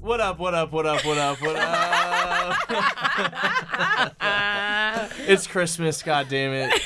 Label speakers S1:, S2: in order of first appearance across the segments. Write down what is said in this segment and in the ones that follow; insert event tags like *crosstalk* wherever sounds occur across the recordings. S1: What up, what up, what up, what up, what up? it's Christmas, god damn it.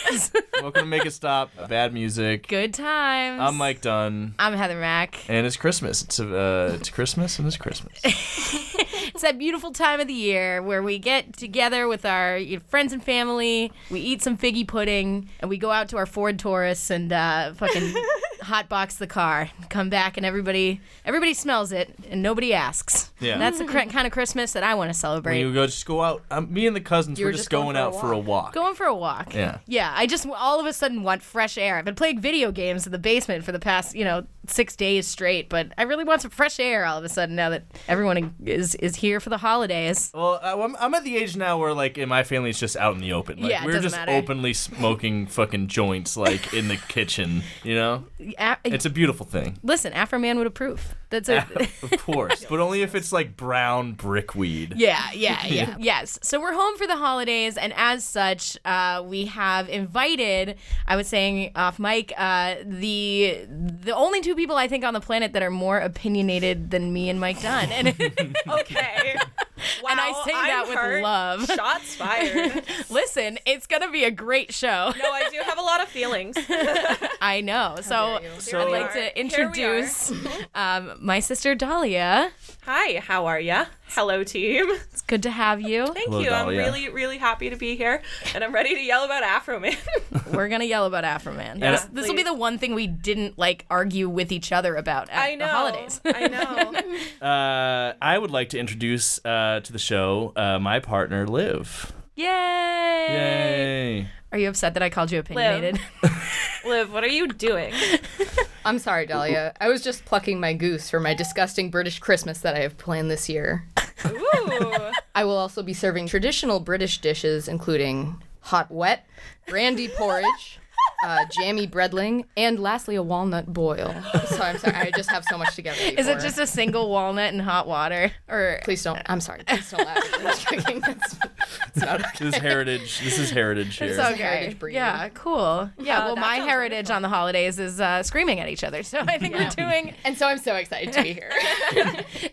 S1: Welcome to Make It Stop, Bad Music.
S2: Good times.
S1: I'm Mike Dunn,
S2: I'm Heather Mack.
S1: and it's Christmas. It's, uh, it's Christmas and it's Christmas.
S2: It's that beautiful time of the year where we get together with our you know, friends and family. We eat some figgy pudding and we go out to our Ford Taurus and uh,
S1: *laughs*
S2: fucking hotbox the car. Come back and everybody everybody smells it and nobody asks.
S1: Yeah.
S2: That's the cr- kind of Christmas that I want to
S1: When
S2: celebrate.
S1: you go, just go out. Um, me and the cousins,
S3: You
S1: we're
S3: were
S1: just,
S3: just
S1: going,
S3: going for a
S1: out for a walk.
S2: Going for a walk.
S1: Yeah.
S2: Yeah. I just all of a sudden want fresh air. I've been playing video games in the basement for the past, you know, six days straight, but I really want some fresh air all of a sudden now that everyone is is here for the holidays.
S1: Well, I- I'm, I'm at the age now where, like, in my family, it's just out in the open. Like,
S2: Yeah, it
S1: we're
S2: doesn't
S1: just
S2: matter.
S1: openly smoking fucking joints, like, in the kitchen, you know?
S2: A-
S1: It's a beautiful thing.
S2: Listen, Afro Man would approve. That's a
S1: of course, but only if it's like brown
S2: *laughs*
S1: brickweed. *laughs*
S2: yeah, yeah, yeah. yes. So we're home for the holidays, and as such, uh, we have invited. I was saying off mic, uh, the the only two people I think on the planet that are more opinionated than me and Mike Dunn,
S1: *laughs*
S2: and *laughs*
S3: Okay. Wow,
S2: I say that
S3: I'm
S2: with
S3: hurt.
S2: love.
S3: *laughs* Shots fired.
S2: listen, it's gonna be a
S3: *laughs*
S2: great show.
S3: no, I do have a lot of
S2: *laughs*
S3: feelings.
S2: I know. So.
S1: So-
S2: I'd
S1: we
S2: like
S3: are.
S2: to
S3: Here we are. *laughs*
S2: introduce *laughs* um, my sister Dahlia.
S3: Hi, how are ya? Hello, team.
S2: It's good to have you.
S3: Thank
S1: Hello,
S3: you. I'm
S1: Dahlia.
S3: really, really happy to be here, and I'm ready to yell about Afro
S2: *laughs*
S3: Man.
S2: We're gonna yell about Afro Man.
S1: Yeah.
S2: This, this will be
S3: Please.
S2: the one thing we didn't like argue with each other about at
S3: *laughs* I know.
S2: the holidays.
S3: *laughs*
S2: *laughs*
S3: I know.
S1: Uh, I would like to introduce uh, to the show uh, my partner, Liv.
S2: Yay!
S1: Yay!
S2: Are you upset that I called you opinionated?
S3: *laughs* Liv, what are you doing?
S4: I'm sorry, Dahlia. I was just plucking my goose for my disgusting British Christmas that I have planned this year.
S3: Ooh.
S4: I will also be serving traditional British dishes, including hot wet, brandy porridge, uh, jammy breadling, and lastly, a walnut boil. So I'm sorry, I just have so much together.
S2: Is it just a single walnut and hot water? Or
S4: Please don't. I'm sorry. Please don't laugh. at me drinking. That's, that's not okay.
S1: This is heritage. This is heritage here.
S2: It's okay.
S4: heritage breed.
S2: Yeah, cool. Yeah,
S3: Uh,
S2: well,
S3: that
S2: my
S3: sounds
S2: heritage on the holidays is uh, screaming at each other. So I think we're doing
S4: And so I'm so excited to be here.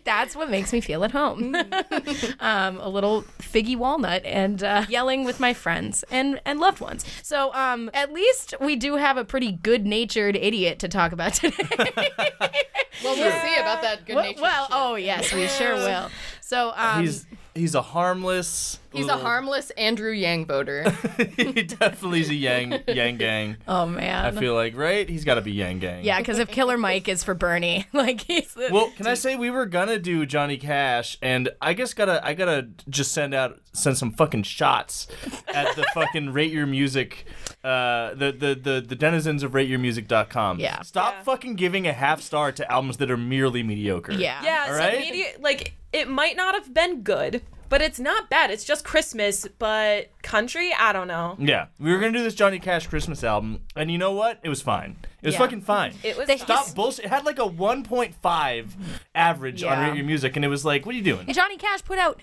S2: that's what makes me feel at home. *laughs* um, a little figgy walnut and uh, yelling with my friends and, and loved ones. So um, at least we do have a pretty good natured idiot to talk about *laughs* today.
S4: Well, we'll see about that good
S2: well,
S4: nature.
S2: well, oh, yes, we sure will. So um,
S1: he's he's a harmless.
S4: He's a
S1: little-
S4: harmless Andrew Yang voter.
S1: *laughs* he definitely is a yang yang gang.
S2: Oh man.
S1: I feel like right. He's got to be yang gang.
S2: yeah, because if Killer Mike is for Bernie, *laughs* like he's the,
S1: Well, can I say we were gonna do Johnny Cash, and I guess gotta I gotta just send out send some fucking shots at the fucking rate your music, uh, the the the the denizens of rateyourmusic.com.
S2: Yeah.
S1: Stop fucking giving a half star to albums that are merely mediocre.
S2: yeah.
S3: Yeah.
S1: All
S3: so
S1: right.
S3: media, like it might not have been good, But it's not bad. It's just Christmas, but country, I don't know.
S1: Yeah, we were gonna do this Johnny Cash Christmas album, and you know what? It was fine. It was
S2: Yeah.
S1: fucking fine.
S3: It was
S2: They-
S3: fun.
S1: Stop bullshit. It had like a 1.5 average on
S4: Yeah.
S1: Rate Your Music, and it was like, what are you doing?
S2: And *laughs* Johnny Cash put out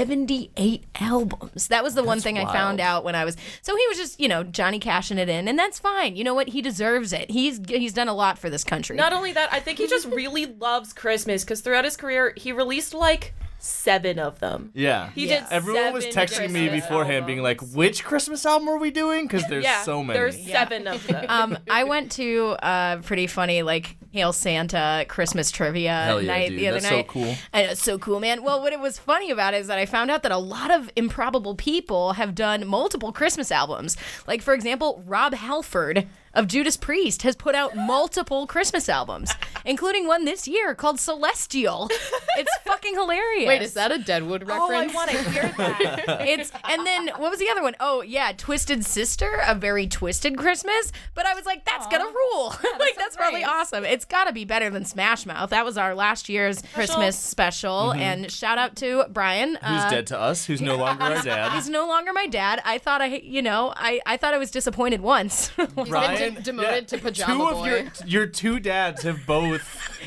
S2: 78 albums. That was the one thing I found out when I was. So he was just, you know, Johnny cashing it in, and that's fine. You know what? He deserves it. He's he's done a lot for this country.
S3: Not only that, I think he just really loves Christmas because throughout his career, he released like seven of them.
S1: Yeah.
S3: He did.
S1: Everyone was
S3: seven
S1: texting me
S3: Christmas
S1: beforehand, being like, which Christmas album are we doing? Because there's
S3: Yeah,
S1: so many.
S3: There's seven of them.
S2: um, I went to a pretty funny like Hail Santa Christmas trivia
S5: Hell yeah,
S2: night
S5: dude.
S2: the other
S5: That's so
S2: night.
S5: cool.
S2: And it's so cool, man. Well, what it was funny about it is that I found out that a lot of improbable people have done multiple Christmas albums. Like for example, Rob Halford of Judas Priest has put out multiple Christmas albums, including one this year called Celestial. It's fucking hilarious.
S4: Wait, is that a Deadwood
S3: oh, I
S4: reference?
S3: want to hear that.
S2: It's and then what was the other one? Oh yeah, Twisted Sister, a very twisted Christmas. But I was like, that's gonna rule. *laughs* like that's probably awesome. It's gotta be better than Smash Mouth. That was our last year's Christmas special. And shout out to Brian.
S1: Who's
S2: uh,
S1: dead to us? Who's no longer our dad?
S2: *laughs* He's no longer my dad. I thought I, you know, I, I thought I was disappointed once. *laughs*
S1: Ryan
S4: de- demoted to pajama
S1: Two of
S4: boy.
S1: your your two dads have both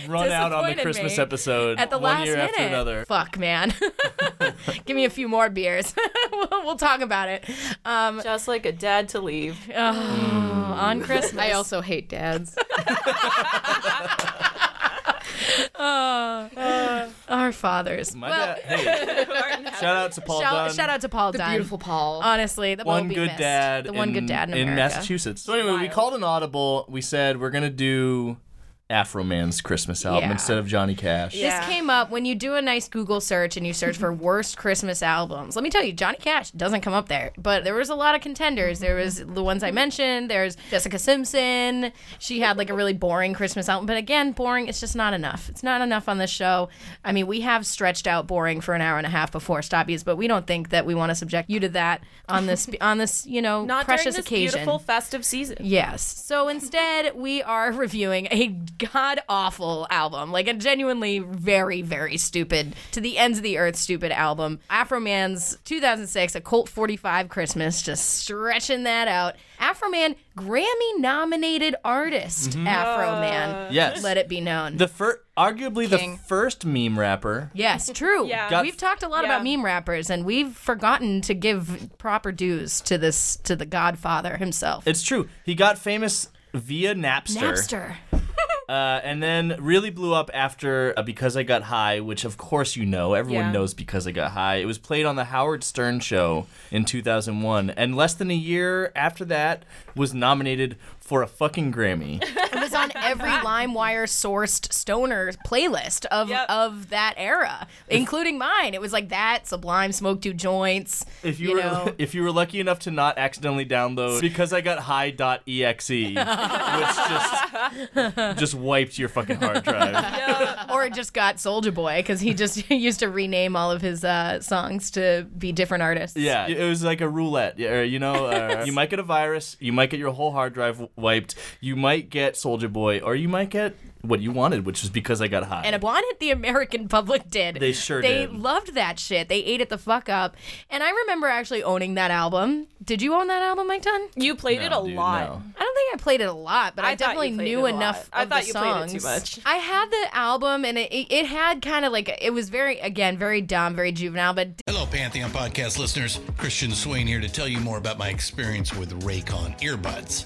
S1: run out on the
S2: Disappointed
S1: Christmas
S2: me.
S1: episode
S2: At the
S1: one
S2: last
S1: year
S2: minute.
S1: after another.
S2: Fuck, man. *laughs* Give me a few more beers. *laughs* we'll, we'll talk about it. *laughs* Um,
S3: just like a dad to leave.
S2: on Christmas.
S4: I also hate dads.
S2: Our fathers.
S1: My
S2: well,
S1: dad.
S2: *laughs*
S1: Hey, shout out to Paul
S2: shout,
S1: Dunn.
S2: shout out to Paul
S4: the
S2: Dunn.
S4: beautiful Paul.
S2: Honestly, the
S1: one
S2: Moby
S1: good
S2: missed.
S1: dad,
S2: the one
S1: in,
S2: good dad in, America.
S1: Massachusetts. So anyway, we called an audible. We said we're gonna do Afro Man's Christmas album
S2: Yeah.
S1: instead of Johnny Cash.
S2: This
S3: Yeah.
S2: came up when you do a nice Google search and you search for worst Christmas albums. Let me tell you, Johnny Cash doesn't come up there, but there was a lot of contenders. There was the ones I mentioned. There's Jessica Simpson. She had like a really boring Christmas album, but again, boring. It's just not enough. It's not enough on this show. I mean, we have stretched out boring for an hour and a half before stop Yous, but we don't think that we want to subject you to that on this on this you know
S3: Not during
S2: precious
S3: this
S2: occasion.
S3: beautiful festive season.
S2: Yes. So instead, we are *laughs* reviewing a god awful album, like a genuinely very, very stupid, to the ends of the earth stupid album. Afro Man's 2006, A Colt 45 Christmas, just stretching that out. Afro Man, Grammy nominated artist, Afro Man.
S1: Yes.
S2: Let it be known.
S1: The first, arguably the first meme rapper.
S2: yes, true.
S3: Yeah.
S1: Got-
S2: We've talked a lot
S3: Yeah.
S2: about meme rappers, and we've forgotten to give proper dues to this, to the Godfather himself.
S1: It's true. He got famous via Napster.
S2: Napster.
S1: Uh, and then really blew up after uh, Because I Got High, which of course you know. Everyone
S3: Yeah.
S1: knows Because I Got High. It was played on the Howard Stern show in 2001. And less than a year after that, was nominated for a fucking Grammy.
S2: It was on every LimeWire sourced stoner playlist of
S3: Yep.
S2: of that era, including mine. It was like that Sublime, Smoke Two Joints.
S1: If you,
S2: You
S1: were
S2: know.
S1: if you were lucky enough to not accidentally download because I got high.exe, E, which just just wiped your fucking hard drive.
S2: or it just got Soldier Boy because he just *laughs* used to rename all of his uh, songs to be different artists.
S1: Yeah, it was like a roulette. Yeah, Or, you know, uh, you might get a virus, you might get your whole hard drive w- wiped, you might get Soldier Boy, or you might get what you wanted, which was because I got high.
S2: And upon it, the American public did.
S1: They sure
S2: They
S1: did.
S2: loved that shit. They ate it the fuck up. And I remember actually owning that album. Did you own that album, Mike Dunn?
S3: *laughs* You played it a
S1: No, dude,
S3: lot.
S1: no.
S2: I don't think I played it a lot, but I,
S3: I thought you
S2: definitely
S3: played
S2: knew
S3: it a lot.
S2: enough.
S3: I
S2: of
S3: thought
S2: the
S3: you played it
S2: songs.
S3: too much.
S2: I had the album, and it, it had kind of like it was very again very dumb, very juvenile, but
S6: Hello, Pantheon Podcast listeners. Christian Swain here to tell you more about my experience with Raycon earbuds.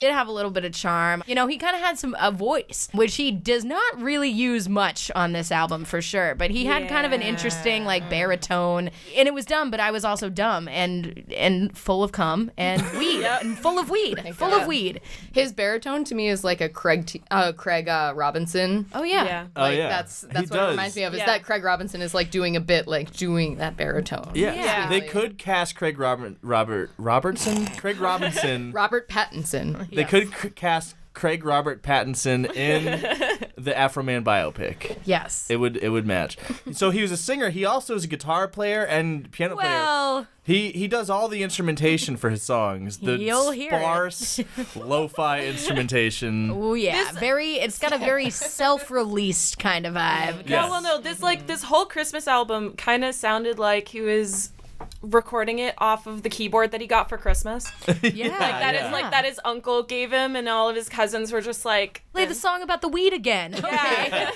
S2: did have a little bit of charm. You know, he kind of had some a voice, which he does not really use much on this album for sure. But he had kind of an interesting like baritone, and it was dumb. But I was also dumb and and full of cum
S3: *laughs*
S2: and weed and full of weed, full of weed.
S4: His baritone to me is like a Craig T- uh, Craig uh, Robinson.
S2: Oh yeah.
S3: Yeah.
S1: Oh,
S4: Like
S1: yeah.
S4: that's
S1: He
S4: that's what
S1: does.
S4: it reminds me of is
S3: Yeah.
S4: that Craig Robinson is like doing a bit like doing that baritone.
S1: Yeah.
S3: Yeah.
S1: They could cast Craig Robert Robert Robertson, Craig Robinson.
S4: Robert Pattinson.
S1: They could c- cast Craig Robert Pattinson
S2: *laughs*
S1: in the Afro Man biopic.
S2: Yes.
S1: It would it would match. So he was a singer. He also is a guitar player and piano player.
S2: well,
S1: He he does all the instrumentation for his songs. The
S2: *laughs* You'll hear it.
S1: sparse
S2: *laughs*
S1: lo-fi instrumentation.
S2: oh yeah, very. It's got
S3: *laughs*
S2: a very self-released kind of vibe.
S1: Yes.
S3: No, well, no. This like this whole Christmas album kind of sounded like he was recording it off of the keyboard that he got for Christmas.
S2: Yeah, like
S3: That is like that his uncle gave him, and all of his cousins were just like,
S2: Play the song about the weed
S3: *laughs*
S2: again. Okay.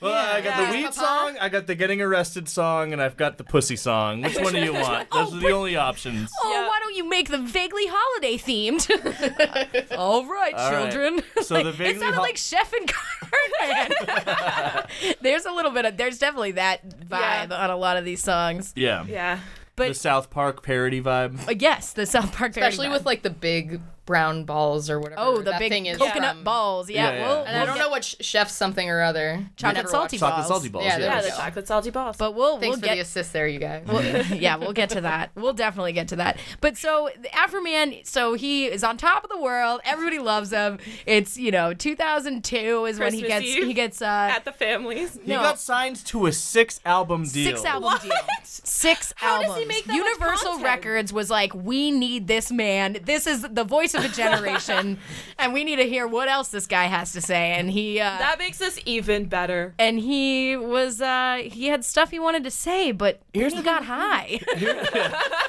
S1: Well, I got the weed song, I got the getting arrested song, and I've got the pussy song. Which one do you want?
S2: *laughs*
S1: Those are the only options.
S2: *laughs* Oh,
S3: Yeah.
S2: why don't you make them vaguely holiday themed? *laughs* All right,
S1: All right.
S2: children. *laughs*
S1: So the vaguely
S2: it sounded
S1: hol-
S2: like Chef and Cartman. *laughs* there's a little bit of there's definitely that vibe on a lot of these songs.
S1: Yeah.
S3: yeah,
S1: The South Park parody vibe.
S2: Uh, yes, the South Park parody
S4: Especially
S2: vibe.
S4: with like the big brown balls or whatever.
S2: oh the
S4: that
S2: big
S4: thing is
S2: coconut
S4: from.
S2: balls. Yeah,
S1: Yeah, yeah.
S2: We'll,
S4: And I
S2: we'll
S4: don't
S2: get-
S4: know what sh- chef something or other.
S2: chocolate salty balls.
S1: Chocolate salty balls.
S4: Yeah,
S1: yes.
S3: yeah.
S4: There we
S3: The
S4: go.
S3: chocolate salty balls.
S2: But we'll
S4: Thanks
S2: we'll
S4: for
S2: get
S4: the assist there, you guys.
S2: *laughs* yeah, we'll get to that. We'll definitely get to that. But so the Afro Man, so he is on top of the world. Everybody loves him. It's you know 2002 is when he
S3: Christmas
S2: gets
S3: Eve
S2: he gets uh,
S3: at the families. *laughs*
S1: He got signed to a six album deal.
S2: Six album deal. Six
S3: How does
S2: albums.
S3: he make that much
S2: Universal
S3: content?
S2: Records was like, we need this man. This is the voice of
S3: *laughs*
S2: a generation, and we need to hear what else this guy has to say. And he. Uh,
S3: That makes us even better.
S2: and he was uh he had stuff he wanted to say but he
S3: *laughs*
S2: got high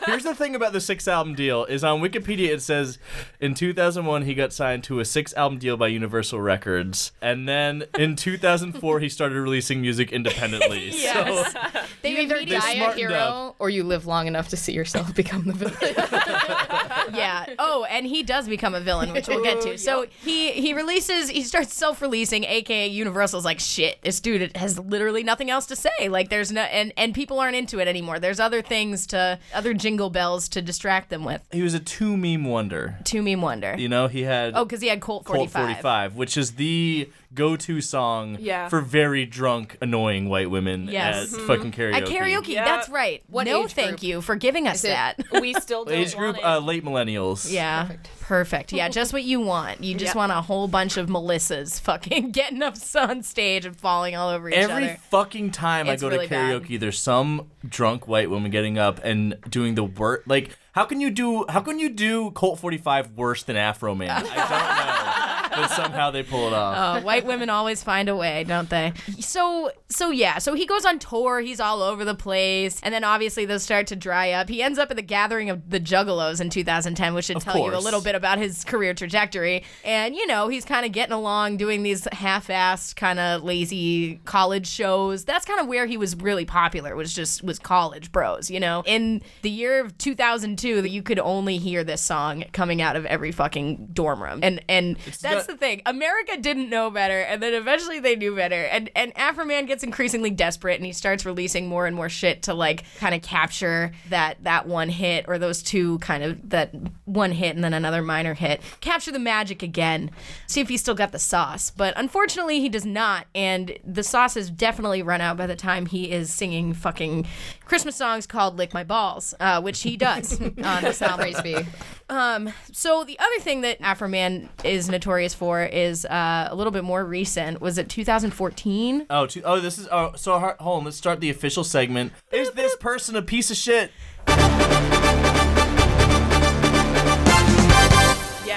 S1: Here's the thing about the six album deal is on Wikipedia it says in 2001 he got signed to a six album deal by Universal Records and then in 2004 he started releasing music
S2: *laughs*
S1: independently. So
S2: they
S4: You either
S2: immediately-
S4: die a
S1: smartened
S4: hero
S1: up.
S4: or you live long enough to see yourself *laughs* become the villain. *laughs*
S2: yeah oh and he does become a villain which we'll get to so he he releases he starts self-releasing aka universal's like shit this dude has literally nothing else to say like there's no and and people aren't into it anymore there's other things to other jingle bells to distract them with
S1: he was a two meme wonder.
S2: to meme wonder
S1: You know, he had
S2: oh because he had colt 45,
S1: Colt 45, which is the go-to song
S3: Yeah.
S1: for very drunk annoying white women
S2: Yes. Mm-hmm.
S1: at fucking karaoke.
S2: at karaoke
S3: Yeah.
S2: that's right
S4: What
S2: no
S4: age
S2: thank
S4: group?
S2: you for giving us
S4: it-
S2: that
S4: *laughs*
S3: We still don't
S1: Age
S3: want
S1: group
S3: it.
S1: uh, late millennials.
S2: Yeah. Perfect. Yeah, just what you want. You just want a whole bunch of Melissas fucking *laughs* getting up on stage and falling all over each
S1: Every
S2: other.
S1: fucking time
S2: It's
S1: I go
S2: really
S1: to
S2: bad.
S1: karaoke, there's some drunk white woman getting up and doing the worst. Like, how can you do? How can you do Colt 45 worse than Afro Man? I don't
S2: *laughs*
S1: know, but somehow they pull it off.
S2: Uh, white women always find a way, don't they? So, so yeah. So he goes on tour. He's all over the place, and then obviously those start to dry up. He ends up at the Gathering of the Juggalos in 2010, which should
S1: Of
S2: tell you a
S1: course.
S2: little bit about his career trajectory. And you know, he's kind of getting along, doing these half-assed, kind of lazy college shows. That's kind of where he was really popular. Was just was college bros. You know, in the year of 2002, that you could only hear this song coming out of every fucking dorm room, and and that's
S1: got-
S2: the thing. America didn't know better, and then eventually they knew better. And and Afroman gets increasingly desperate, and he starts releasing more and more shit to like kind of capture that that one hit or those two kind of that one hit and then another minor hit, capture the magic again, see if he's still got the sauce. But unfortunately, he does not, and the sauce has definitely run out by the time he is singing fucking Christmas songs called "Lick My Balls," uh, which he does on this album.
S4: Praise be.
S2: So the other thing that Afro Man is notorious for is uh, a little bit more recent. Was it 2014?
S1: Oh, two, oh, this is oh. So har- hold on, let's start the official segment. Is this person a piece of shit?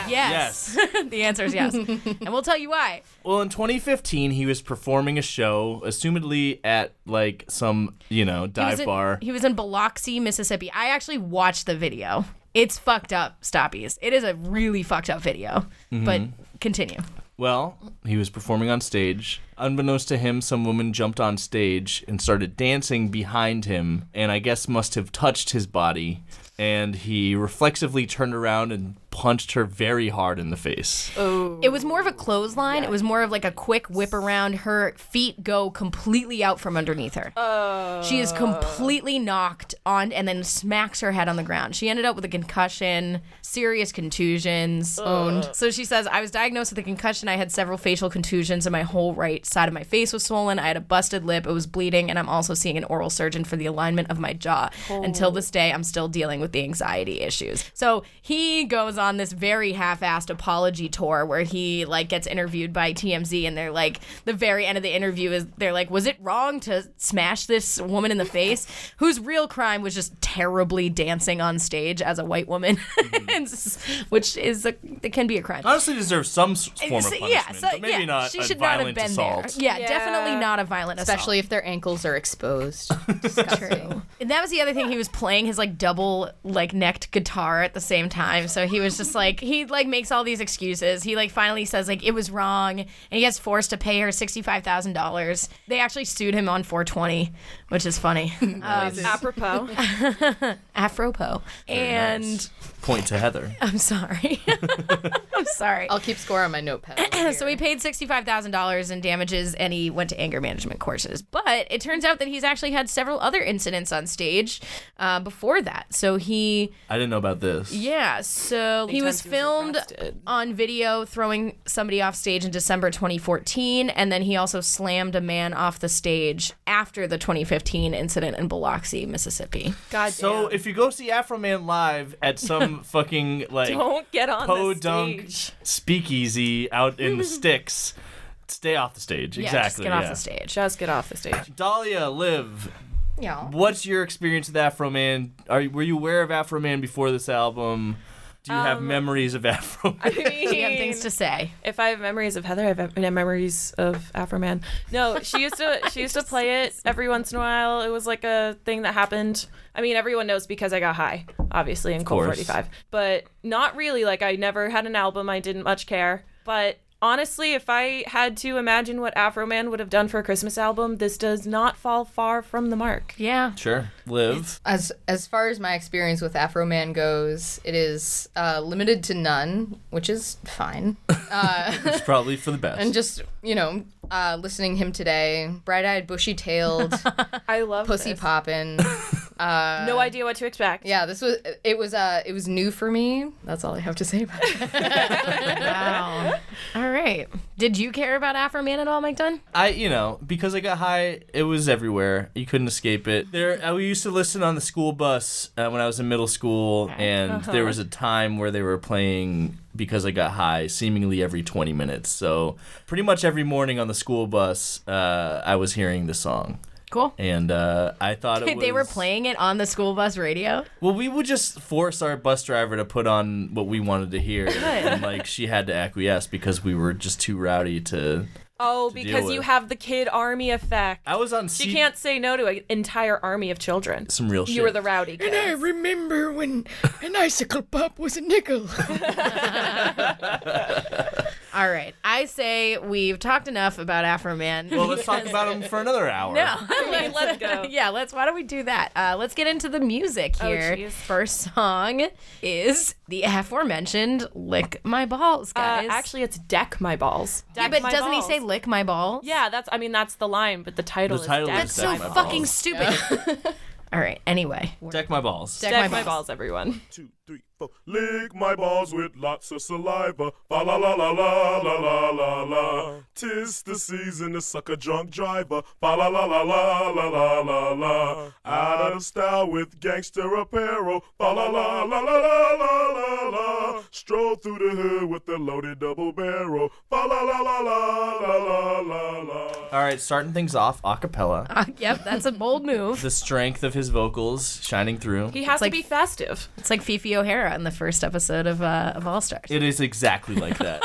S3: Yeah.
S2: Yes. the answer is yes, and we'll tell you why.
S1: Well, in 2015, he was performing a show, assumedly at like some you
S2: He
S1: know
S2: was
S1: dive
S2: in-
S1: bar.
S2: He was in Biloxi, Mississippi. I actually watched the video. It's fucked up, stoppies. It is a really fucked up video. But
S1: Mm-hmm.
S2: continue.
S1: Well, he was performing on stage. Unbeknownst to him, some woman jumped on stage and started dancing behind him, and I guess must have touched his body. And he reflexively turned around and punched her very hard in the face.
S2: It was more of a clothesline. It was more of like a quick whip around. Her feet go completely out from underneath her. She is completely knocked on and then smacks her head on the ground. She ended up with a concussion, serious contusions. Owned. So she says, I was diagnosed with a concussion. I had several facial contusions, and my whole right side of my face was swollen. I had a busted lip. It was bleeding, and I'm also seeing an oral surgeon for the alignment of my jaw. Until this day, I'm still dealing with the anxiety issues. So he goes on this very half-assed apology tour where he like gets interviewed by TMZ, and they're like, the very end of the interview is they're like, was it wrong to smash this woman in the face, *laughs* whose real crime was just terribly dancing on stage as a white woman, *laughs* And s- which is a it can be a crime.
S1: Honestly, deserves some s- form of
S2: So-
S1: punishment, but maybe
S2: yeah,
S1: not
S2: She
S1: a
S2: should not have
S1: violent
S2: been
S1: assault.
S2: there. Yeah,
S3: Yeah.
S2: definitely not a violent assault.
S4: Especially if their ankles are
S1: *laughs*
S4: exposed. Disgusting.
S2: And that was the other thing. He was playing his like double like necked guitar at the same time. So he was just like he like makes all these excuses. He like finally says like it was wrong, and he gets forced to pay her sixty five thousand dollars. They actually sued him on four twenty, which is funny. um,
S3: Apropos.
S2: Afropo. And
S1: Point to Heather.
S2: I'm sorry. *laughs* I'm sorry.
S4: I'll keep score on my *clears throat* notepad.
S2: So he paid $65,000 in damages and he went to anger management courses. But it turns out that he's actually had several other incidents on stage uh, before that. So he,
S1: I didn't know about this.
S2: yeah, so
S3: times he
S2: he was
S3: was
S2: filmed
S3: arrested.
S2: on video throwing somebody off stage in December 2014. And then he also slammed a man off the stage after the 2015 incident in Biloxi, Mississippi.
S3: God
S1: So if you go see Afro Man live at some fucking like
S3: Don't get on
S1: po
S3: the
S1: dunk
S3: stage.
S1: speakeasy out in the sticks, stay off the stage.
S2: Yeah,
S1: exactly.
S2: just get
S1: yeah.
S2: off the stage.
S3: Just get off the stage.
S1: Dahlia, live.
S4: Yeah.
S1: What's your experience with Afro Man? Are you, were you aware of Afro Man before this album? Do you have memories of Afro Man?
S3: I *laughs* mean,
S2: You have things to say.
S3: if I have memories of Heather, I have em- memories of Afro Man. No, she used to she *laughs* used to play it every once in a while. It was like a thing that happened. I mean, everyone knows because I got high, obviously, in Cold
S1: course.
S3: 45. But not really. Like I never had an album. I didn't much care. But honestly, if I had to imagine what Afro Man would have done for a Christmas album, this does not fall far from the mark.
S2: Yeah.
S1: Sure, live.
S4: As as far as my experience with Afro Man goes, it is uh, limited to none, which is *laughs* fine.
S1: It's probably for the best.
S4: And just you know, *laughs* uh, listening him today, bright eyed, bushy tailed,
S3: I love
S4: pussy
S3: this.
S4: *laughs* poppin',
S3: no idea what to expect.
S4: Yeah, this was it was uh it was new for me. That's all I have to say about it.
S2: Wow. All right. Did you care about Afro Man at all, Mike Dunn?
S1: I, you know, because I got high, it was everywhere. You couldn't escape it. There, I used to listen on the school bus uh, when I was in middle school, and
S3: Uh-huh.
S1: there was a time where they were playing "Because I Got High" seemingly every 20 minutes. So pretty much every morning on the school bus, uh, I was hearing the song,
S2: Cool.
S1: and uh, I thought
S3: *laughs*
S1: it
S2: *laughs* They were
S1: was-
S2: playing it on the school bus radio.
S1: Well, we would just force our bus driver to put on what we wanted to hear, and like she had to acquiesce because we were just too rowdy to.
S3: Oh,
S1: deal
S3: because you
S1: with.
S3: have the kid army effect.
S1: I was on.
S3: she
S1: C-
S3: can't say no to an entire army of children.
S1: Some real shit.
S3: You were the rowdy kid.
S4: *laughs* remember when an icicle pop was a nickel.
S2: All right. I say we've talked enough about Afro Man.
S1: Well, let's talk about him for another hour.
S3: Okay, let's *laughs* go.
S2: yeah, let's. Why don't we do that? Uh, let's get into the music here.
S3: jeez.
S2: Oh, First song is the aforementioned "Lick My Balls,"
S3: Uh,
S2: guys.
S3: actually, it's deck my balls.
S2: yeah,
S3: Deck
S2: but
S3: my
S2: doesn't
S3: balls.
S2: he say "Lick My Balls"?
S3: Yeah, that's. I mean, that's the line, but the title
S1: The
S3: is
S1: title
S3: deck,
S2: that's
S1: is
S2: so
S1: Deck My
S2: fucking
S1: Balls.
S2: stupid. *laughs* All right. Anyway,
S1: Deck my balls.
S3: deck my, balls. everyone.
S7: two, three, four. Lick my balls with lots of saliva. Fa la la la la la la la la. Tis the season to suck a drunk driver. Fa la la la la la la la la. Out of style with gangster apparel. Fa la la la la la la la la. Stroll through the hood with the loaded double barrel. Fa la la la la la la la la.
S1: All right, starting things off a cappella.
S2: Uh, *laughs* yep, that's a bold move.
S1: The strength of his vocals shining through.
S3: He has to
S2: like-
S3: be festive.
S2: It's like Fifi O'Hara in the first episode of uh, of All Stars.
S1: It is exactly like
S2: *laughs*
S1: that.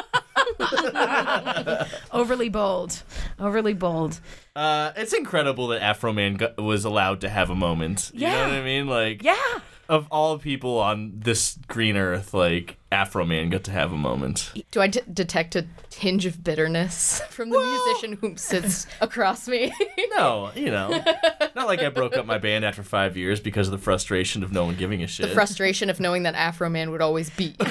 S2: Overly bold. Overly bold.
S1: uh, it's incredible that Afro Man got, was allowed to have a moment. You know
S2: Yeah.
S1: what I mean? Like,
S2: Yeah.
S1: of all people on this green earth, like, Afro Man got to have a moment.
S4: Do I d- detect a tinge of bitterness from the musician who *laughs* sits across me?
S1: No, you
S2: *laughs*
S1: know. not like I broke up my band after five years because of the frustration of no one giving a shit.
S4: Frustration of knowing that Afro Man would always beat you.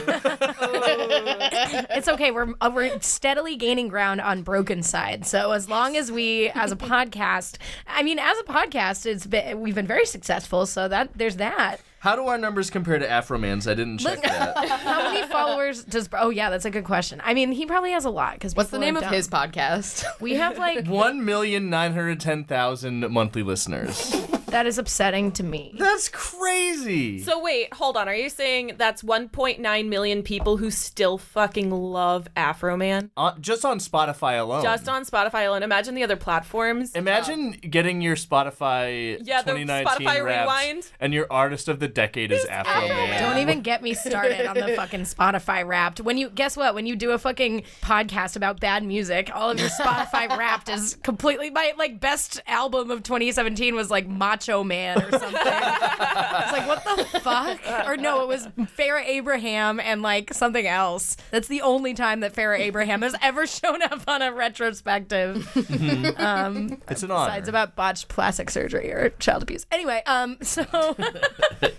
S2: It's okay. We're uh, we're steadily gaining ground on broken side. So as long as we,
S4: *laughs*
S2: as a podcast, I mean, as a podcast, it's been we've been very successful. So that there's that.
S1: How do our numbers compare to Afro Man's? I didn't check that.
S2: How
S4: *laughs*
S2: many followers does? Oh yeah, that's a good question. I mean, he probably has a lot because
S4: What's the name of his podcast?
S2: We have
S4: *laughs*
S2: like
S1: 1,910,000 monthly listeners.
S2: that is upsetting to me.
S1: *laughs* That's crazy.
S3: So wait, hold on. Are you saying that's 1.9 million people who still fucking love Afro Man?
S1: Uh, just on Spotify alone.
S3: Just on Spotify alone. Imagine the other platforms.
S1: Imagine getting your Spotify
S3: Yeah, the
S1: 2019
S3: Spotify
S1: raps
S3: Rewind.
S1: and your artist of the decade is Afro Man.
S2: Don't *laughs* even get me started on the fucking Spotify Wrapped. When you guess what? When you do a fucking podcast about bad music, all of your Spotify *laughs* Wrapped is completely my like best album of 2017 was like Macho Man or *laughs* something. it's like what the fuck? Or no, it was Farrah Abraham and like something else. That's the only time that Farrah Abraham has ever *laughs* shown up on a retrospective
S1: It's an honor.
S2: besides about botched plastic surgery or child abuse. Anyway, um, *laughs* so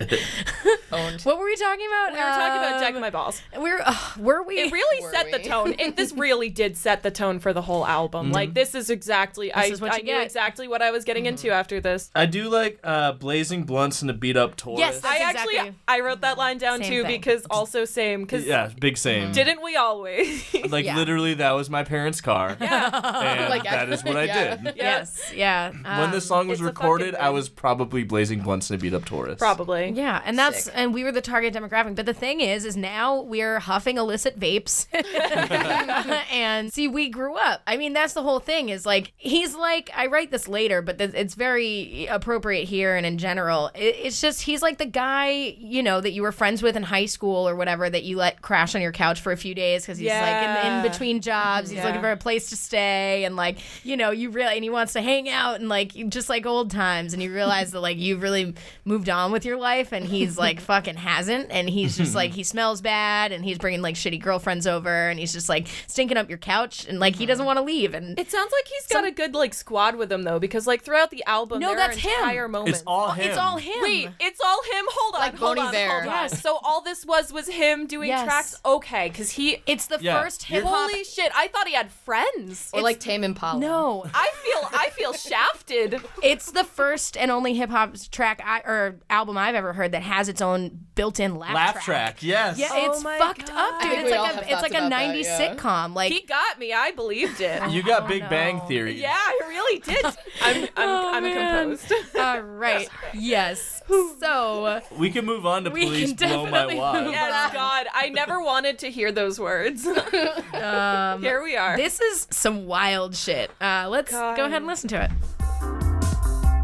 S2: what were we talking about?
S3: We were talking about
S2: Um,
S3: deck my balls.
S2: We're uh, were we? *laughs*
S3: It really set the
S4: we?
S3: tone. It, this really did set the tone for the whole album. Like this is exactly I,
S2: is what
S3: I
S2: you
S3: knew
S2: get.
S3: exactly what I was getting into after this.
S1: I do like uh, blazing blunts and a beat up Taurus.
S2: Yes, that-
S3: I
S2: That's
S3: actually
S2: exactly-
S3: I wrote that line down
S2: Same
S3: too
S2: thing.
S3: because also same because
S1: yeah, big same.
S3: didn't we always? *laughs*
S1: like
S2: Yeah.
S1: literally, that was my parents' car, and
S4: Like,
S1: that is what I
S4: yeah.
S1: did.
S2: yes, yeah.
S1: When
S2: um,
S1: this song was
S3: it's a fucking
S1: recorded, I
S3: thing.
S1: was probably blazing blunts and a beat up Taurus.
S3: Probably.
S2: yeah, and that's and we were the target demographic. But the thing is, is now we're huffing illicit vapes, *laughs* and see, we grew up. I mean, that's the whole thing. Is like he's like I write this later, but th- it's very appropriate here and in general. It, it's just he's like the guy you know that you were friends with in high school or whatever that you let crash on your couch for a few days because he's like in,
S3: Yeah.
S2: in between. between jobs. He's looking for a place to stay, and like you know, you really and he wants to hang out and like you- just like old times. And you realize that like you've really moved on with your life, and he's like
S1: *laughs*
S2: fucking hasn't. And he's just like he smells bad, and he's bringing like shitty girlfriends over, and he's just like stinking up your couch, and
S1: Mm-hmm.
S2: like he doesn't want to leave. And
S3: It sounds like he's got a good like squad with him though, because like throughout the album,
S2: No,
S3: there
S2: that's
S3: are
S2: him.
S3: entire moment.
S1: It's all him.
S2: It's all him.
S3: Wait, it's all him. Hold on,
S4: Like
S3: hold
S4: Bon
S3: on,
S4: Iver.
S3: hold on.
S2: Yes.
S3: So all this was was him doing
S2: Yes.
S3: tracks. Okay, because he.
S2: It's the
S1: Yeah,
S2: first
S1: you're-
S2: hip hop.
S3: Holy shit! I thought he had friends.
S4: Or like
S1: *laughs*
S4: Tame Impala.
S2: No,
S3: I feel I feel shafted.
S2: *laughs* it's the first and only hip hop track I, or album I've ever heard that has its own built-in laugh,
S1: laugh track. Yes.
S2: Yeah,
S3: Oh
S2: it's
S3: my
S2: fucked
S3: God.
S2: up, dude.
S4: think
S2: It's
S4: we all
S2: like
S4: have
S2: a it's like
S4: thoughts
S2: a
S4: about that,
S2: '90s
S4: yeah.
S2: sitcom. Like *laughs*
S3: He got me. I believed it.
S1: You got Big
S2: Oh, no.
S1: Bang Theory.
S3: Yeah, I really did. Oh, I'm I'm, I'm
S2: man.
S3: composed.
S2: All right. Yes. So
S1: We can move on to
S2: We
S1: Please
S2: can
S1: Blow My
S2: definitely
S1: Wad.
S2: move
S3: Yes, God, I never wanted to hear those words. Here we are.
S2: this is some wild shit. Uh, let's
S3: God.
S2: go ahead and listen to it.